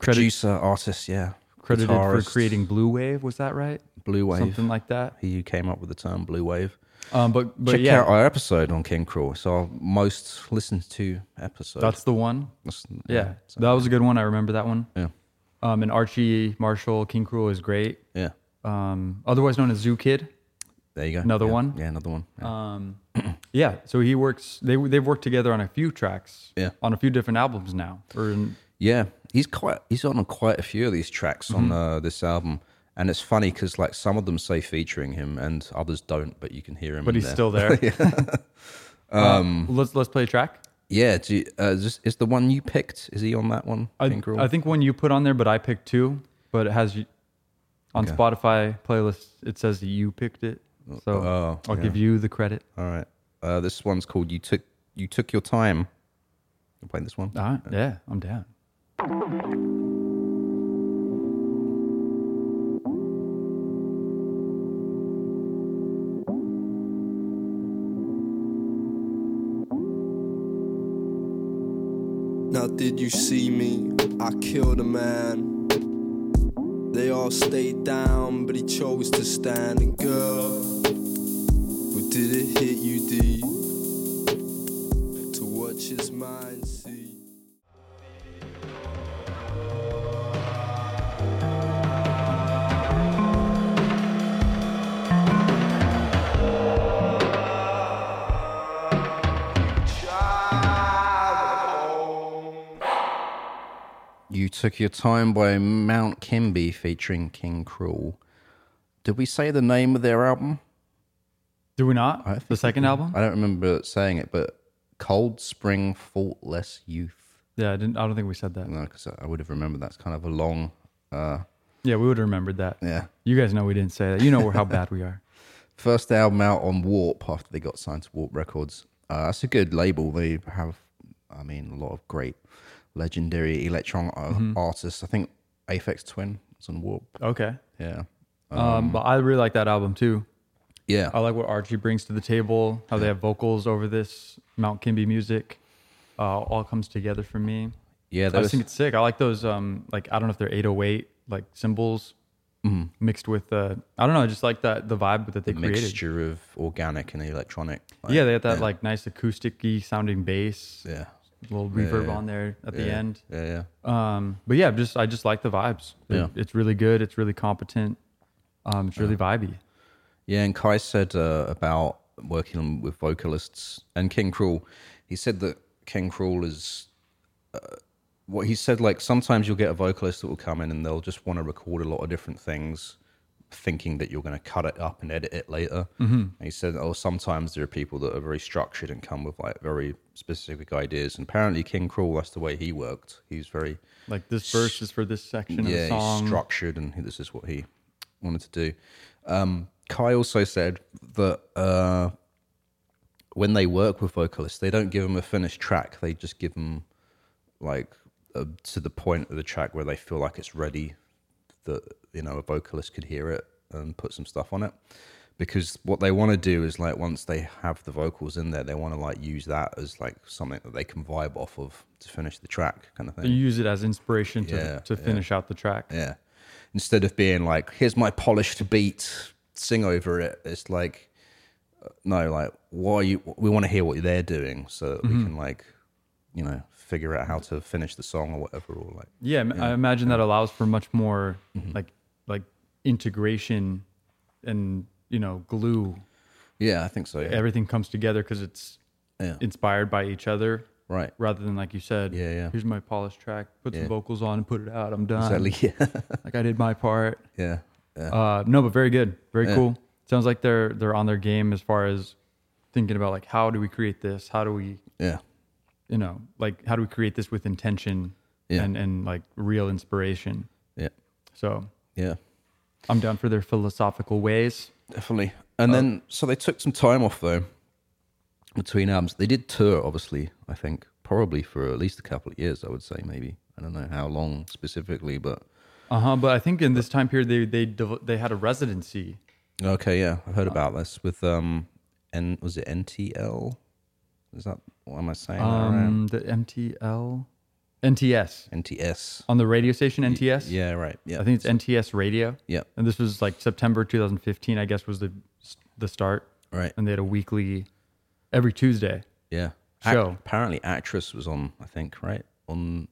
credited Producer, artist, yeah, credited for Guitarist, creating Blue Wave. Was that right? Blue Wave. Something like that. He who came up with the term Blue Wave. Um. But but Check yeah, out our episode on King Cruel. It's our most listened to episode. that's the one. That's- Yeah, that was a good one. I remember that one. Yeah. Um, and Archie Marshall, King Cruel is great. yeah. Um, otherwise known as Zoo Kid. There you go. Another Yeah. one? Uh, Yeah, another one. Yeah. Yeah. So he works. They they've worked together on a few tracks. Yeah. On a few different albums now. Or in, Yeah, he's quite he's on quite a few of these tracks Mm-hmm. on uh, this album, and it's funny because like some of them say featuring him and others don't, but you can hear him. but in he's there. still there. um, let's let's play a track. yeah. Do you, uh, is, this- is the one you picked? Is he on that one? I, King Cruel? I think one you put on there, but I picked two. But it has you on Spotify playlist. It says that you picked it. So Oh, I'll give you the credit. All right. Uh, this one's called "You Took You Took Your Time." I'm playing this one. All right. Yeah, I'm down. Now did you see me? I killed a man. They all stayed down, but he chose to stand. And girl, who did it hit you deep? To watch his mind see. You Took Your Time by Mount Kimby featuring King Cruel. Did we say the name of their album? Do we not? The second album? I don't remember saying it, but Cold Spring Faultless Youth. yeah, I didn't. I don't think we said that. No, because I would have remembered that's kind of a long. Uh, Yeah, we would have remembered that. yeah. You guys know we didn't say that. You know we're- how bad we are. First album out on Warp after they got signed to Warp Records. Uh, that's a good label. They have, I mean, a lot of great legendary electronic ar- Mm-hmm. artists. I think Aphex Twin was on Warp. Okay. Yeah. Um, but I really like that album too. Yeah. I like what Archie brings to the table, how they have vocals over this Mount Kimby music. Uh, all comes together for me. yeah. I just There was, think it's sick. I like those, um, like, I don't know if they're 808, like cymbals mixed with, uh, I don't know. I just like that, the vibe that they created. mixture of organic and electronic. like- Yeah, they had that like nice acoustic y sounding bass, Yeah. little reverb on there at the end. Yeah. Yeah. Um, but yeah, just I just like the vibes. It- Yeah. it's really good. It's really competent. Um, it's really Uh-huh. vibey. Yeah, and Kai said uh, about working on- with vocalists and King Cruel. He said that King Cruel is uh, what he said. Like sometimes you'll get a vocalist that will come in and they'll just want to record a lot of different things, thinking that you're going to cut it up and edit it later. Mm-hmm. And he said, oh, sometimes there are people that are very structured and come with like very specific ideas. And apparently, King Cruel, that's the way he worked. He was very Like this verse is for this section of yeah, the song. he's structured, and he- this is what he wanted to do. Um, Kai also said that uh, when they work with vocalists, they don't give them a finished track; they just give them like uh, to the point of the track where they feel like it's ready, that you know a vocalist could hear it and put some stuff on it. because what they want to do is like once they have the vocals in there, they want to like use that as like something that they can vibe off of to finish the track, kind of You thing. use it as inspiration to, Yeah, to finish out the track. Yeah. Instead of being like, "Here's my polished beat, sing over it," it's like, uh, no, like, why are you? We want to hear what they're doing so that we can like, you know, figure out how to finish the song or whatever, or like, Yeah, m I I imagine that allows for much more Mm-hmm. like like integration and you know glue. yeah, I think so. Yeah, Everything comes together because it's Yeah. inspired by each other, right. rather than like you said, Yeah, yeah. Here's my polished track. Put some Yeah. vocals on and put it out. I'm done. Exactly. Yeah. Like I did my part. yeah. Yeah. Uh, no, but very good, very cool. Sounds like they're they're on their game as far as thinking about like how do we create this? How do we Yeah. you know like how do we create this with intention Yeah. and and like real inspiration? Yeah. So Yeah. I'm down for their philosophical ways. Definitely. And then, so they took some time off though between albums. They did tour, obviously, I think, probably for at least a couple of years, I would say, maybe. I don't know how long specifically, but Uh huh. But I think in this time period, they they dev- they had a residency. okay, yeah. I've heard about this with, um, N, was it NTL? Is that, what am I saying? Um, the MTL, NTS that right? NTS. on the radio station NTS. Yeah, right. Yeah. I think it's NTS Radio. Yeah. And this was like September 2015, I guess, was the the start. Right. And they had a weekly, every Tuesday. Yeah. Show. apparently, Actress was on, I think, right? On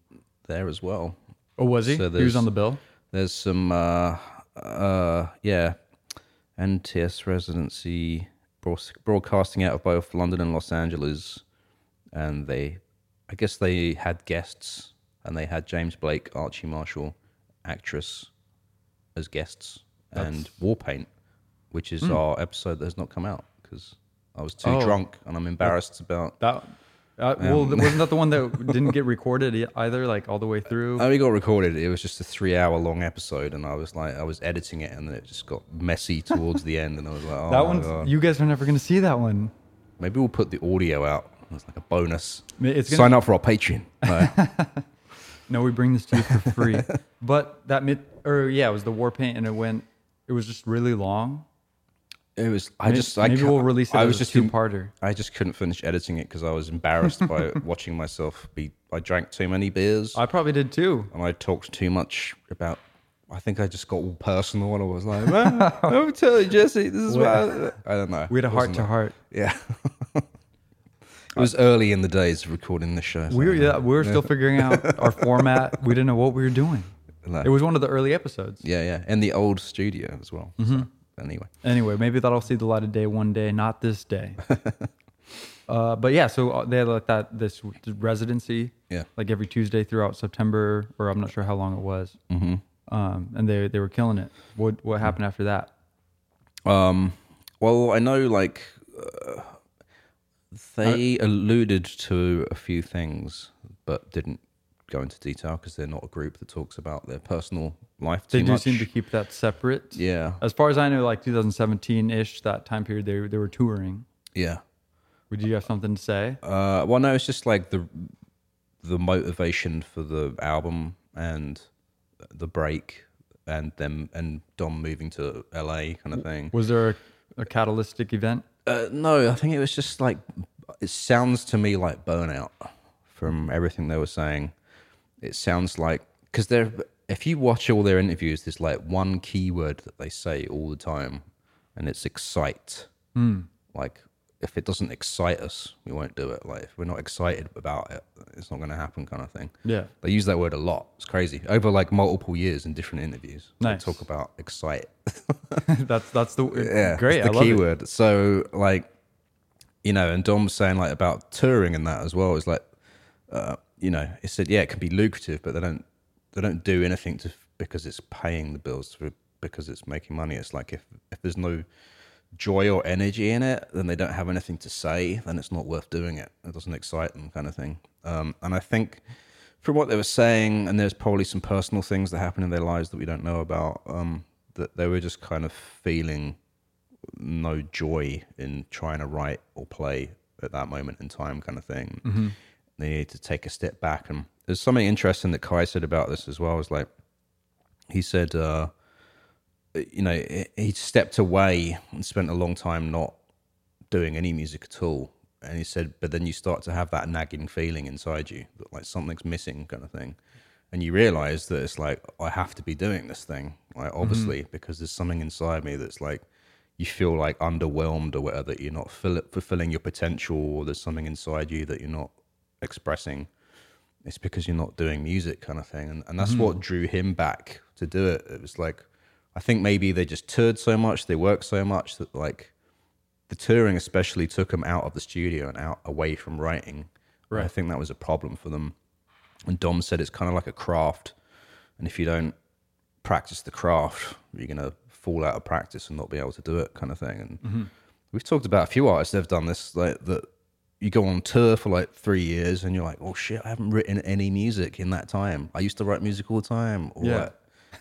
there as well. Oh, was he? So he was there's- on the bill. There's some, uh, uh, yeah, NTS residency broad- broadcasting out of both London and Los Angeles, and they, I guess they had guests, and they had James Blake, Archie Marshall, actress, as guests, and Warpaint, which is our episode that has not come out because I was too Hmm. Oh. drunk and I'm embarrassed about. That. Uh, well, th- wasn't that the one that didn't get recorded e- either, like all the way through? Oh, we got recorded. It was just a three-hour-long episode, and I was like, I was editing it, and then it just got messy towards the end, and I was like, oh that my one's God. you guys are never going to see that one. Maybe we'll put the audio out. It's like a bonus. Ma- it's gonna- Sign up for our Patreon. No. No, we bring this to you for free. but that mid, or yeah, it was the war paint, and it went. It was just really long. it was. I Maybe- just. I maybe can't- we'll release it I as was a just two-parter. I just couldn't finish editing it because I was embarrassed by watching myself be. I drank too many beers I probably did too. and I talked too much about. I think I just got all personal and I was like, "Man, I'm telling you, Jesse, this is why I don't know. We had a It heart wasn't to a- heart. Yeah. it was early in the days of recording the show. so- We were yeah, we were still figuring out our format. We didn't know what we were doing. No. It was one of the early episodes. yeah, yeah. And the old studio as well. Mm-hmm. So, anyway. Anyway, maybe that'll see the light of day one day, not this day. uh, but yeah, so uh, they had like that this residency, Yeah. like every Tuesday throughout September, or I'm not sure how long it was. Mm-hmm. Um, and they they were killing it. What what happened after that? Um, well, I know like uh, they alluded to a few things, but didn't go into detail because they're not a group that talks about their personal life too They do much. seem to keep that separate. yeah, As far as I know, like 2017 ish, that time period, they, they were touring. yeah. Would you have something to say? Uh, well, no, it's just like the the motivation for the album and the break and them and Dom moving to LA kind of thing. Was there a, a catalytic event? Uh, no, I think it was just like it sounds to me like burnout from everything they were saying. It sounds like because they're if you watch all their interviews, there's like one keyword that they say all the time, and it's excite. Hmm. Like if it doesn't excite us, we won't do it. Like if we're not excited about it, it's not going to happen, kind of thing. Yeah. They use that word a lot. It's crazy. Over like multiple years in different interviews, Nice. they talk about excite that's that's the yeah, great. It's I the love it. keyword. So like, you know, and Dom was saying like about touring and that as well is like, uh, you know, he said yeah, it can be lucrative, but they don't they don't do anything to because it's paying the bills for because it's making money. It's like if if there's no joy or energy in it, then they don't have anything to say. Then it's not worth doing it. It doesn't excite them, kind of thing. Um, and I think. From what they were saying, and there's probably some personal things that happen in their lives that we don't know about. Um, that they were just kind of feeling no joy in trying to write or play at that moment in time, kind of thing. They need to take a step back. And there's something interesting that Kai said about this as well. Is like he said, uh, you know, he- he stepped away and spent a long time not doing any music at all. And he said, but then you start to have that nagging feeling inside you that like something's missing, kind of thing. And you realize that it's like, I have to be doing this thing, like, obviously, because there's something inside me that's like, you feel like underwhelmed or whatever, that you're not fill- fulfilling your potential, or there's something inside you that you're not expressing it's because you're not doing music kind of thing and, and that's what drew him back to do it it was like i think maybe they just toured so much they worked so much that like the touring especially took them out of the studio and out away from writing right i think that was a problem for them and dom said it's kind of like a craft and if you don't practice the craft you're going to fall out of practice and not be able to do it kind of thing and we've talked about a few artists that have done this like that you go on tour for like three years and you're like oh shit i haven't written any music in that time i used to write music all the time or Yeah.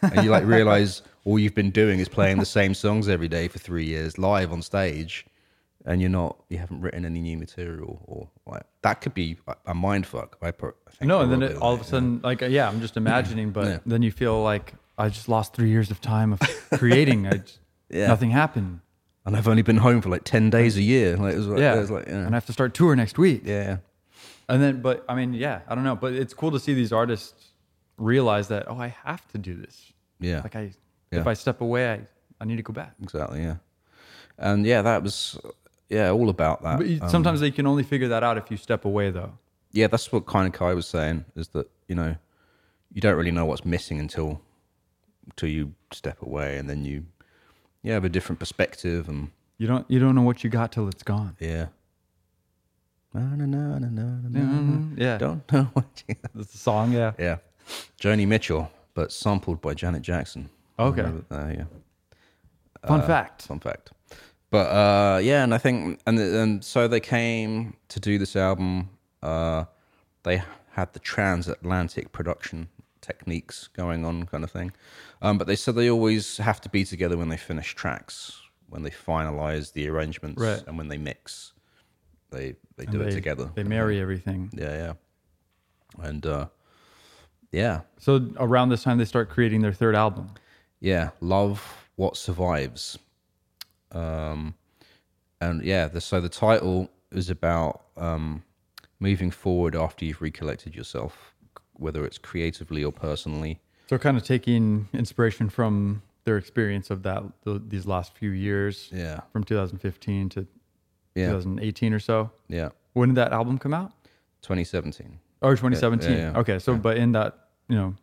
like- and you like realize all you've been doing is playing the same songs every day for three years live on stage and you're not you haven't written any new material or like that could be a- a mind fuck i, pro- I think No, and then probably, it, all of a like, sudden, like, uh, yeah, I'm just imagining, but Yeah. then you feel like I just lost three years of time of creating. I just, Nothing happened. and i've only been home for like 10 days a year like it was like, Yeah. it was like yeah. And I have to start tour next week. yeah And then, but I mean, yeah, I don't know. But it's cool to see these artists realize that, oh, I have to do this. yeah Like, I, Yeah. if I step away, I, I need to go back. exactly yeah and yeah that was yeah all about that But you- sometimes they can only figure that out if you step away, though. yeah that's what kind of kai was saying is that you know you don't really know what's missing until until you step away and then you you have a different perspective and You don't, you don't know what you got till it's gone. yeah Na, na, na, na, na, na, na. Mhm. Yeah, Mm-hmm. don't know what you that's the song. Yeah, yeah joni mitchell but sampled by janet jackson Okay. Remember- uh, yeah fun Uh, fact. fun fact. But uh, yeah, and I think and and so they came to do this album. Uh, they had the transatlantic production techniques going on, kind of thing. Um, but they said they always have to be together when they finish tracks, when they finalize the arrangements, Right. and when they mix. They they do And it they- together. They marry everything. yeah, yeah, and uh, yeah, So around this time, they start creating their third album. yeah love what survives um and yeah the, so the title is about um moving forward after you've recollected yourself whether it's creatively or personally So kind of taking inspiration from their experience of that th- these last few years, yeah from 2015 to yeah 2018 or so. yeah When did that album come out? 2017 Or 2017? Yeah, yeah, yeah. Okay, so but in that you know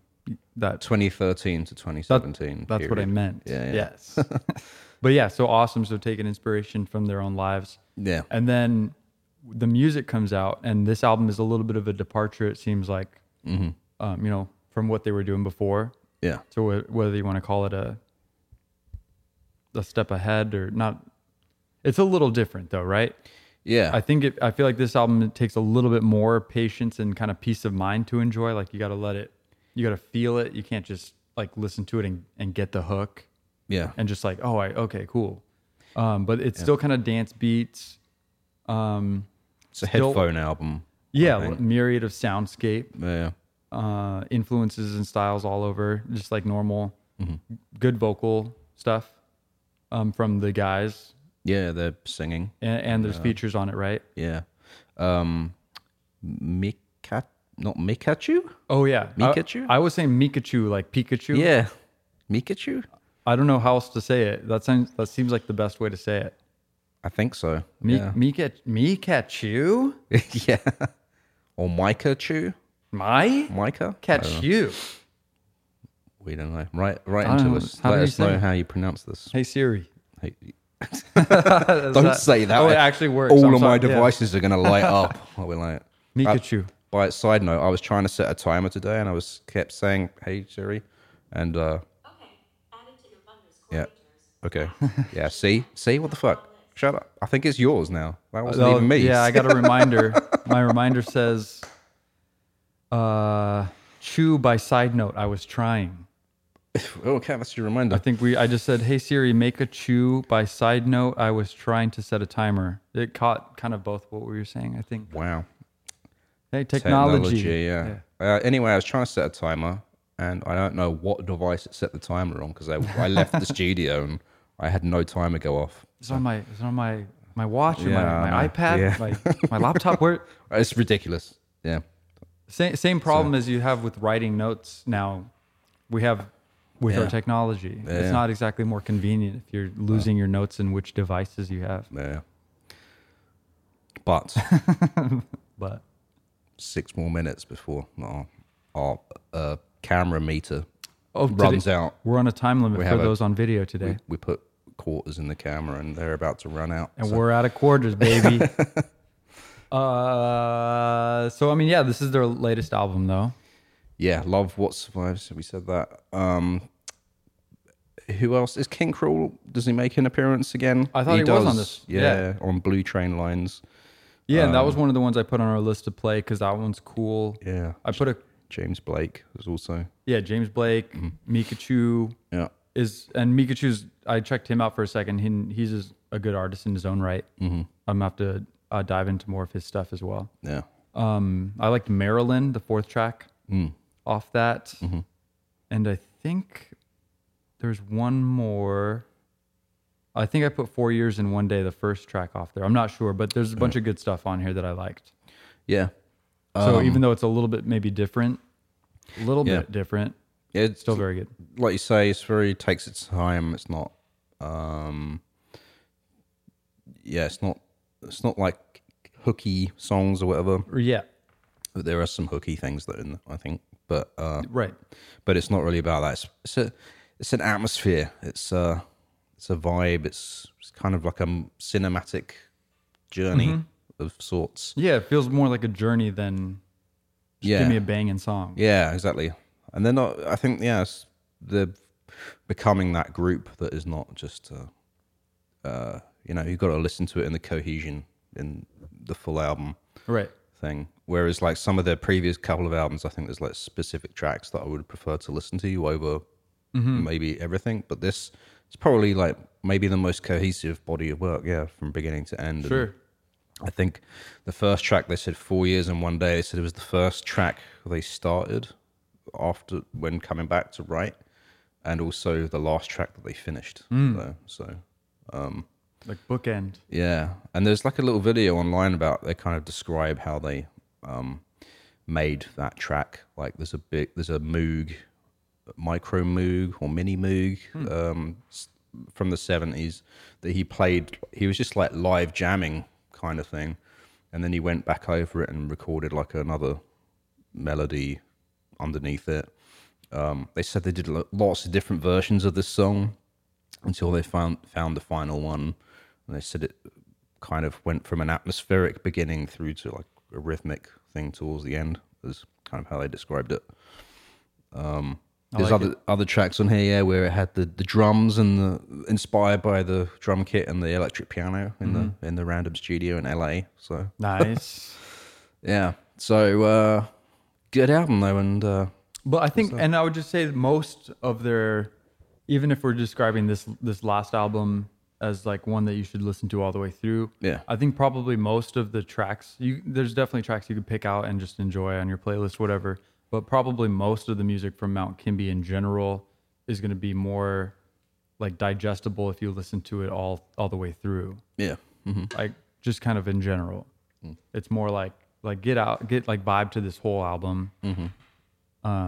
that 2013 to 2017 that's what I period. meant. Yeah, yeah. Yes. but yeah, so awesome. So taking inspiration from their own lives, yeah and then the music comes out, and this album is a little bit of a departure. It seems like, Mm-hmm. um, you know, from what they were doing before. yeah So wh- whether you want to call it a a step ahead or not, it's a little different though, right? yeah I think it, I feel like this album it takes a little bit more patience and kind of peace of mind to enjoy. Like you got to let it, you got to feel it. You can't just like listen to it and, and get the hook yeah and just like, oh, I okay, cool. Um, but it's still kind of dance beats. Um, it's a still- headphone album yeah, think. myriad of soundscape yeah uh, influences and styles all over, just like normal. Mm-hmm. Good vocal stuff um, from the guys, yeah they're singing and, and there's features on it, right? yeah um mika not mikachu Oh yeah, I- Mikachu? I, was saying Mikachu, like Pikachu. yeah mikachu I don't know how else to say it. That sounds that seems like the best way to say it. I think so. Mi- yeah. Mika Mikachu, yeah. Or Micah Chu? my Micah? I don't know. catch you. We don't know. Right right I don't into know. us. How do Let you us say know it? how you pronounce this. Hey Siri. Hey, Is Don't say that. Oh, it actually works. All I'm of my sorry. Yeah. devices are going to light up. I'll be like, Mikachu. by side note, I was trying to set a timer today and I was kept saying, hey, Siri. And, uh, yeah. Okay. Yeah. See? See? What the fuck? Shut up. I think it's yours now. That wasn't Oh, even me. Yeah, I got a reminder. my reminder says, uh, "Chew." By side note, I was trying. Oh, okay. That's your reminder. I think we. I just said, "Hey Siri, make a chew." By side note, I was trying to set a timer. It caught kind of both what we were saying. I think. wow. Hey, technology. technology. yeah. Uh, anyway, I was trying to set a timer and I don't know what device it set the timer on because I, I left the studio and I had no timer go off. It's on my it's on my my watch or Yeah, my, I my know. iPad, Yeah. my, my laptop. Where It's ridiculous. Yeah. same, same problem as you have with writing notes now. We have with Yeah. our technology. It's Yeah. not exactly more convenient if you're losing your notes and which devices you have. Yeah. But But six more minutes before our, our uh, camera meter oh, runs out. We're on a time limit We for have a- those on video today, We, we put quarters in the camera and they're about to run out. and so- we're out of quarters, baby. uh, so I mean, yeah, this is their latest album, though. yeah, love what survives. We said that. Um, who else is King Cruel? Does he make an appearance again? I thought he was on this. Yeah, on Blue Train Lines. Yeah, and that was one of the ones I put on our list to play because that one's cool. Um, Yeah. I put a James Blake was also. yeah James Blake, Mm-hmm. Mikachu Yeah, is and Mikachu's. I checked him out for a second. He, he's just a good artist in his own right. Mm-hmm. I'm gonna have to uh, dive into more of his stuff as well. yeah. Um, I liked Marilyn, the fourth track Hmm. off that, Mm-hmm. and I think there's one more. I think I put four years in one day, the first track off there. I'm not sure, but there's a bunch of good stuff on here that I liked. Yeah. So even though it's a little bit maybe different, a little Um, Yeah. bit different, Yeah, It's still very good. like you say, it's very takes its time. It's not, um, yeah, it's not, it's not like hooky songs or whatever. Or yeah, There are some hooky things that are in, there, I think, but uh, right. but it's not really about that. It's it's, a, it's an atmosphere. It's a it's a vibe. It's it's kind of like a m- cinematic journey Mm-hmm. of sorts. Yeah, it feels more like a journey than just Yeah. give me a banging song. Yeah, exactly. And they're not. I think yeah, it's, they're becoming that group that is not just. Uh, uh, you know, you've got to listen to it in the cohesion in the full album Right. thing. Whereas, like some of their previous couple of albums, I think there's like specific tracks that I would prefer to listen to over maybe everything. But this, it's probably like maybe the most cohesive body of work, yeah, from beginning to end. And Sure. I think the first track they said four years and one day. They said it was the first track they started after when coming back to write, and also the last track that they finished. though. so Like bookend. yeah, and there's like a little video online about they kind of describe how they um, made that track. Like there's a big, there's a Moog, micro Moog or mini Moog um, s- from the '70s that he played. He was just like live jamming kind of thing, and then he went back over it and recorded like another melody underneath it. Um, they said they did lo- lots of different versions of this song until they found found the final one. And they said it kind of went from an atmospheric beginning through to like a rhythmic thing towards the end. Is kind of how they described it. Um, there's like other other tracks on here, yeah, where it had the, the drums and the inspired by the drum kit and the electric piano in the in the random studio in LA. So Nice. yeah, so uh, good album though, and uh, But I think, and I would just say that most of their, even if we're describing this this last album as like one that you should listen to all the way through, Yeah. I think probably most of the tracks you there's definitely tracks you could pick out and just enjoy on your playlist, whatever. But probably most of the music from Mount Kimby in general is going to be more like digestible if you listen to it all all the way through yeah, like just kind of in general. It's more like like get out, get like vibe to this whole album, um,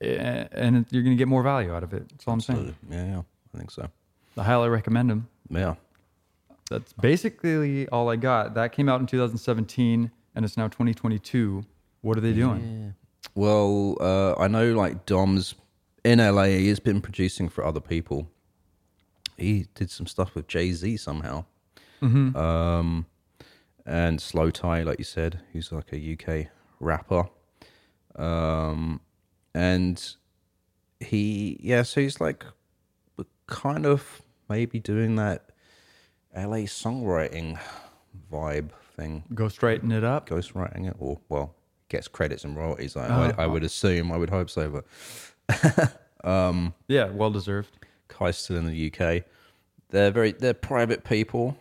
a- and it- you're gonna get more value out of it. That's all I'm saying. yeah, yeah, I think so. I highly recommend them. Yeah, That's basically all I got. That came out in 2017, and it's now 2022. What are they doing? Well, uh, I know like Dom's in LA. He's been producing for other people. He did some stuff with Jay Z somehow, um, and Slow Tie, like you said, who's like a UK rapper, um, and he yeah, so he's like kind of maybe doing that LA songwriting vibe thing Go straighten it up. ghostwriting it, or well, gets credits and royalties. I, I, I would assume, I would hope so. But Yeah, well deserved. Kai's still in the UK. They're very, they're private people.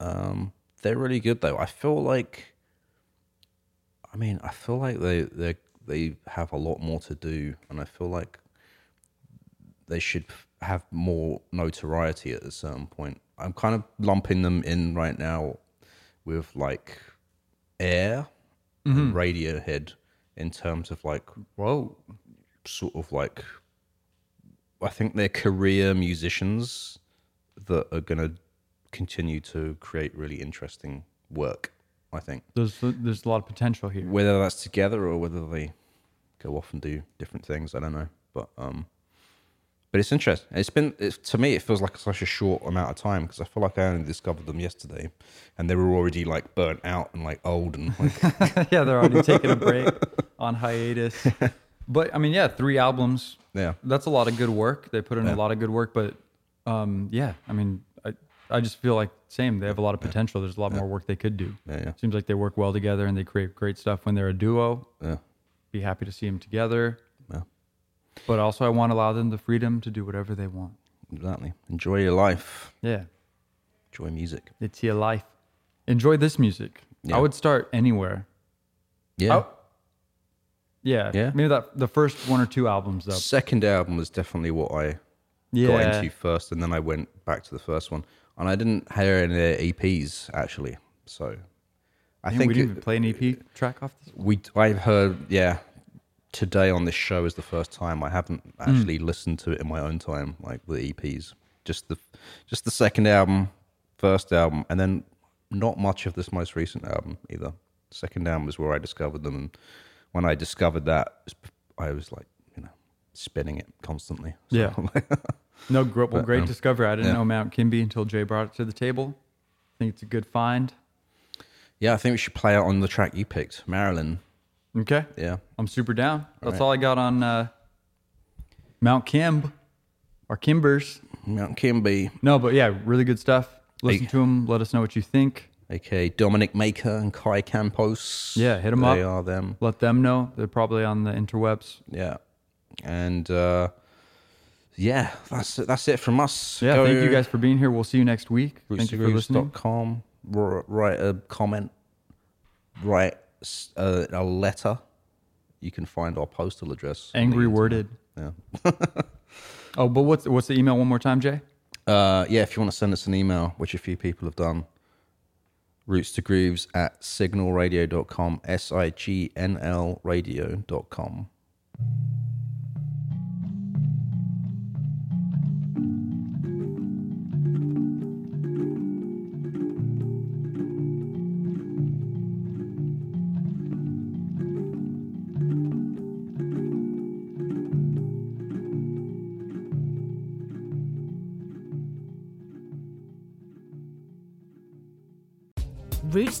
Um, they're really good though. I feel like, I mean, I feel like they they they have a lot more to do, and I feel like they should have more notoriety at a certain point. I'm kind of lumping them in right now with like Air and Radiohead in terms of like Whoa. sort of like I think they're career musicians that are gonna continue to create really interesting work. I think There's there's a lot of potential here. whether that's together or whether they go off and do different things, I don't know. But um, but it's interesting. It's been it's, to me, it feels like such a short amount of time because I feel like I only discovered them yesterday, and they were already like burnt out and like old and like yeah, they're already taking a break on hiatus. But I mean, yeah, three albums. Yeah. That's a lot of good work. They put in a lot of good work, but um, yeah, I mean, I, I just feel like same. They have a lot of potential. There's a lot more work they could do. Yeah, yeah. Seems like they work well together and they create great stuff when they're a duo. yeah, Be happy to see them together. Yeah. But also, I want to allow them the freedom to do whatever they want. exactly. Enjoy your life. Yeah, Enjoy music. it's your life. Enjoy this music. Yeah. I would start anywhere. Yeah. Oh. Yeah. Yeah. Maybe that the first one or two albums though. Second album was definitely what I Yeah. got into first, and then I went back to the first one. And I didn't hear any of their EPs actually, so I Man, think we it- didn't even play an EP track off this. we I've heard yeah today on this show is the first time I haven't Hmm. actually listened to it in my own time like the EPs just the just the second album first album and then not much of this most recent album either second album was where I discovered them and when I discovered that I was like you know spinning it constantly So, Yeah. No, gr- well, great um, discovery. I didn't yeah. know Mount Kimby until Jay brought it to the table. I think it's a good find. yeah I think we should play out on the track you picked Marilyn Okay. yeah I'm super down. That's all I got on uh, Mount Kimb or Kimbers. Mount Kimby No, but yeah, really good stuff. Listen Hey. to 'em. to them. Let us know what you think. aka Dominic Maker and Kai Campos Yeah, hit 'em they up. are them Let them know. They're probably on the interwebs. Yeah. And uh yeah, that's it, that's it from us. Yeah. Thank you guys for being here. We'll see you next week. Thank you for listening. Com, write a comment, write s- a, a letter. You can find our postal address. on the Angry internet. worded. Yeah. Oh, but what's what's the email one more time, Jay? Uh, yeah, if you want to send us an email, which a few people have done, roots to grooves at signalradio.com, S I G N L radio.com. Roots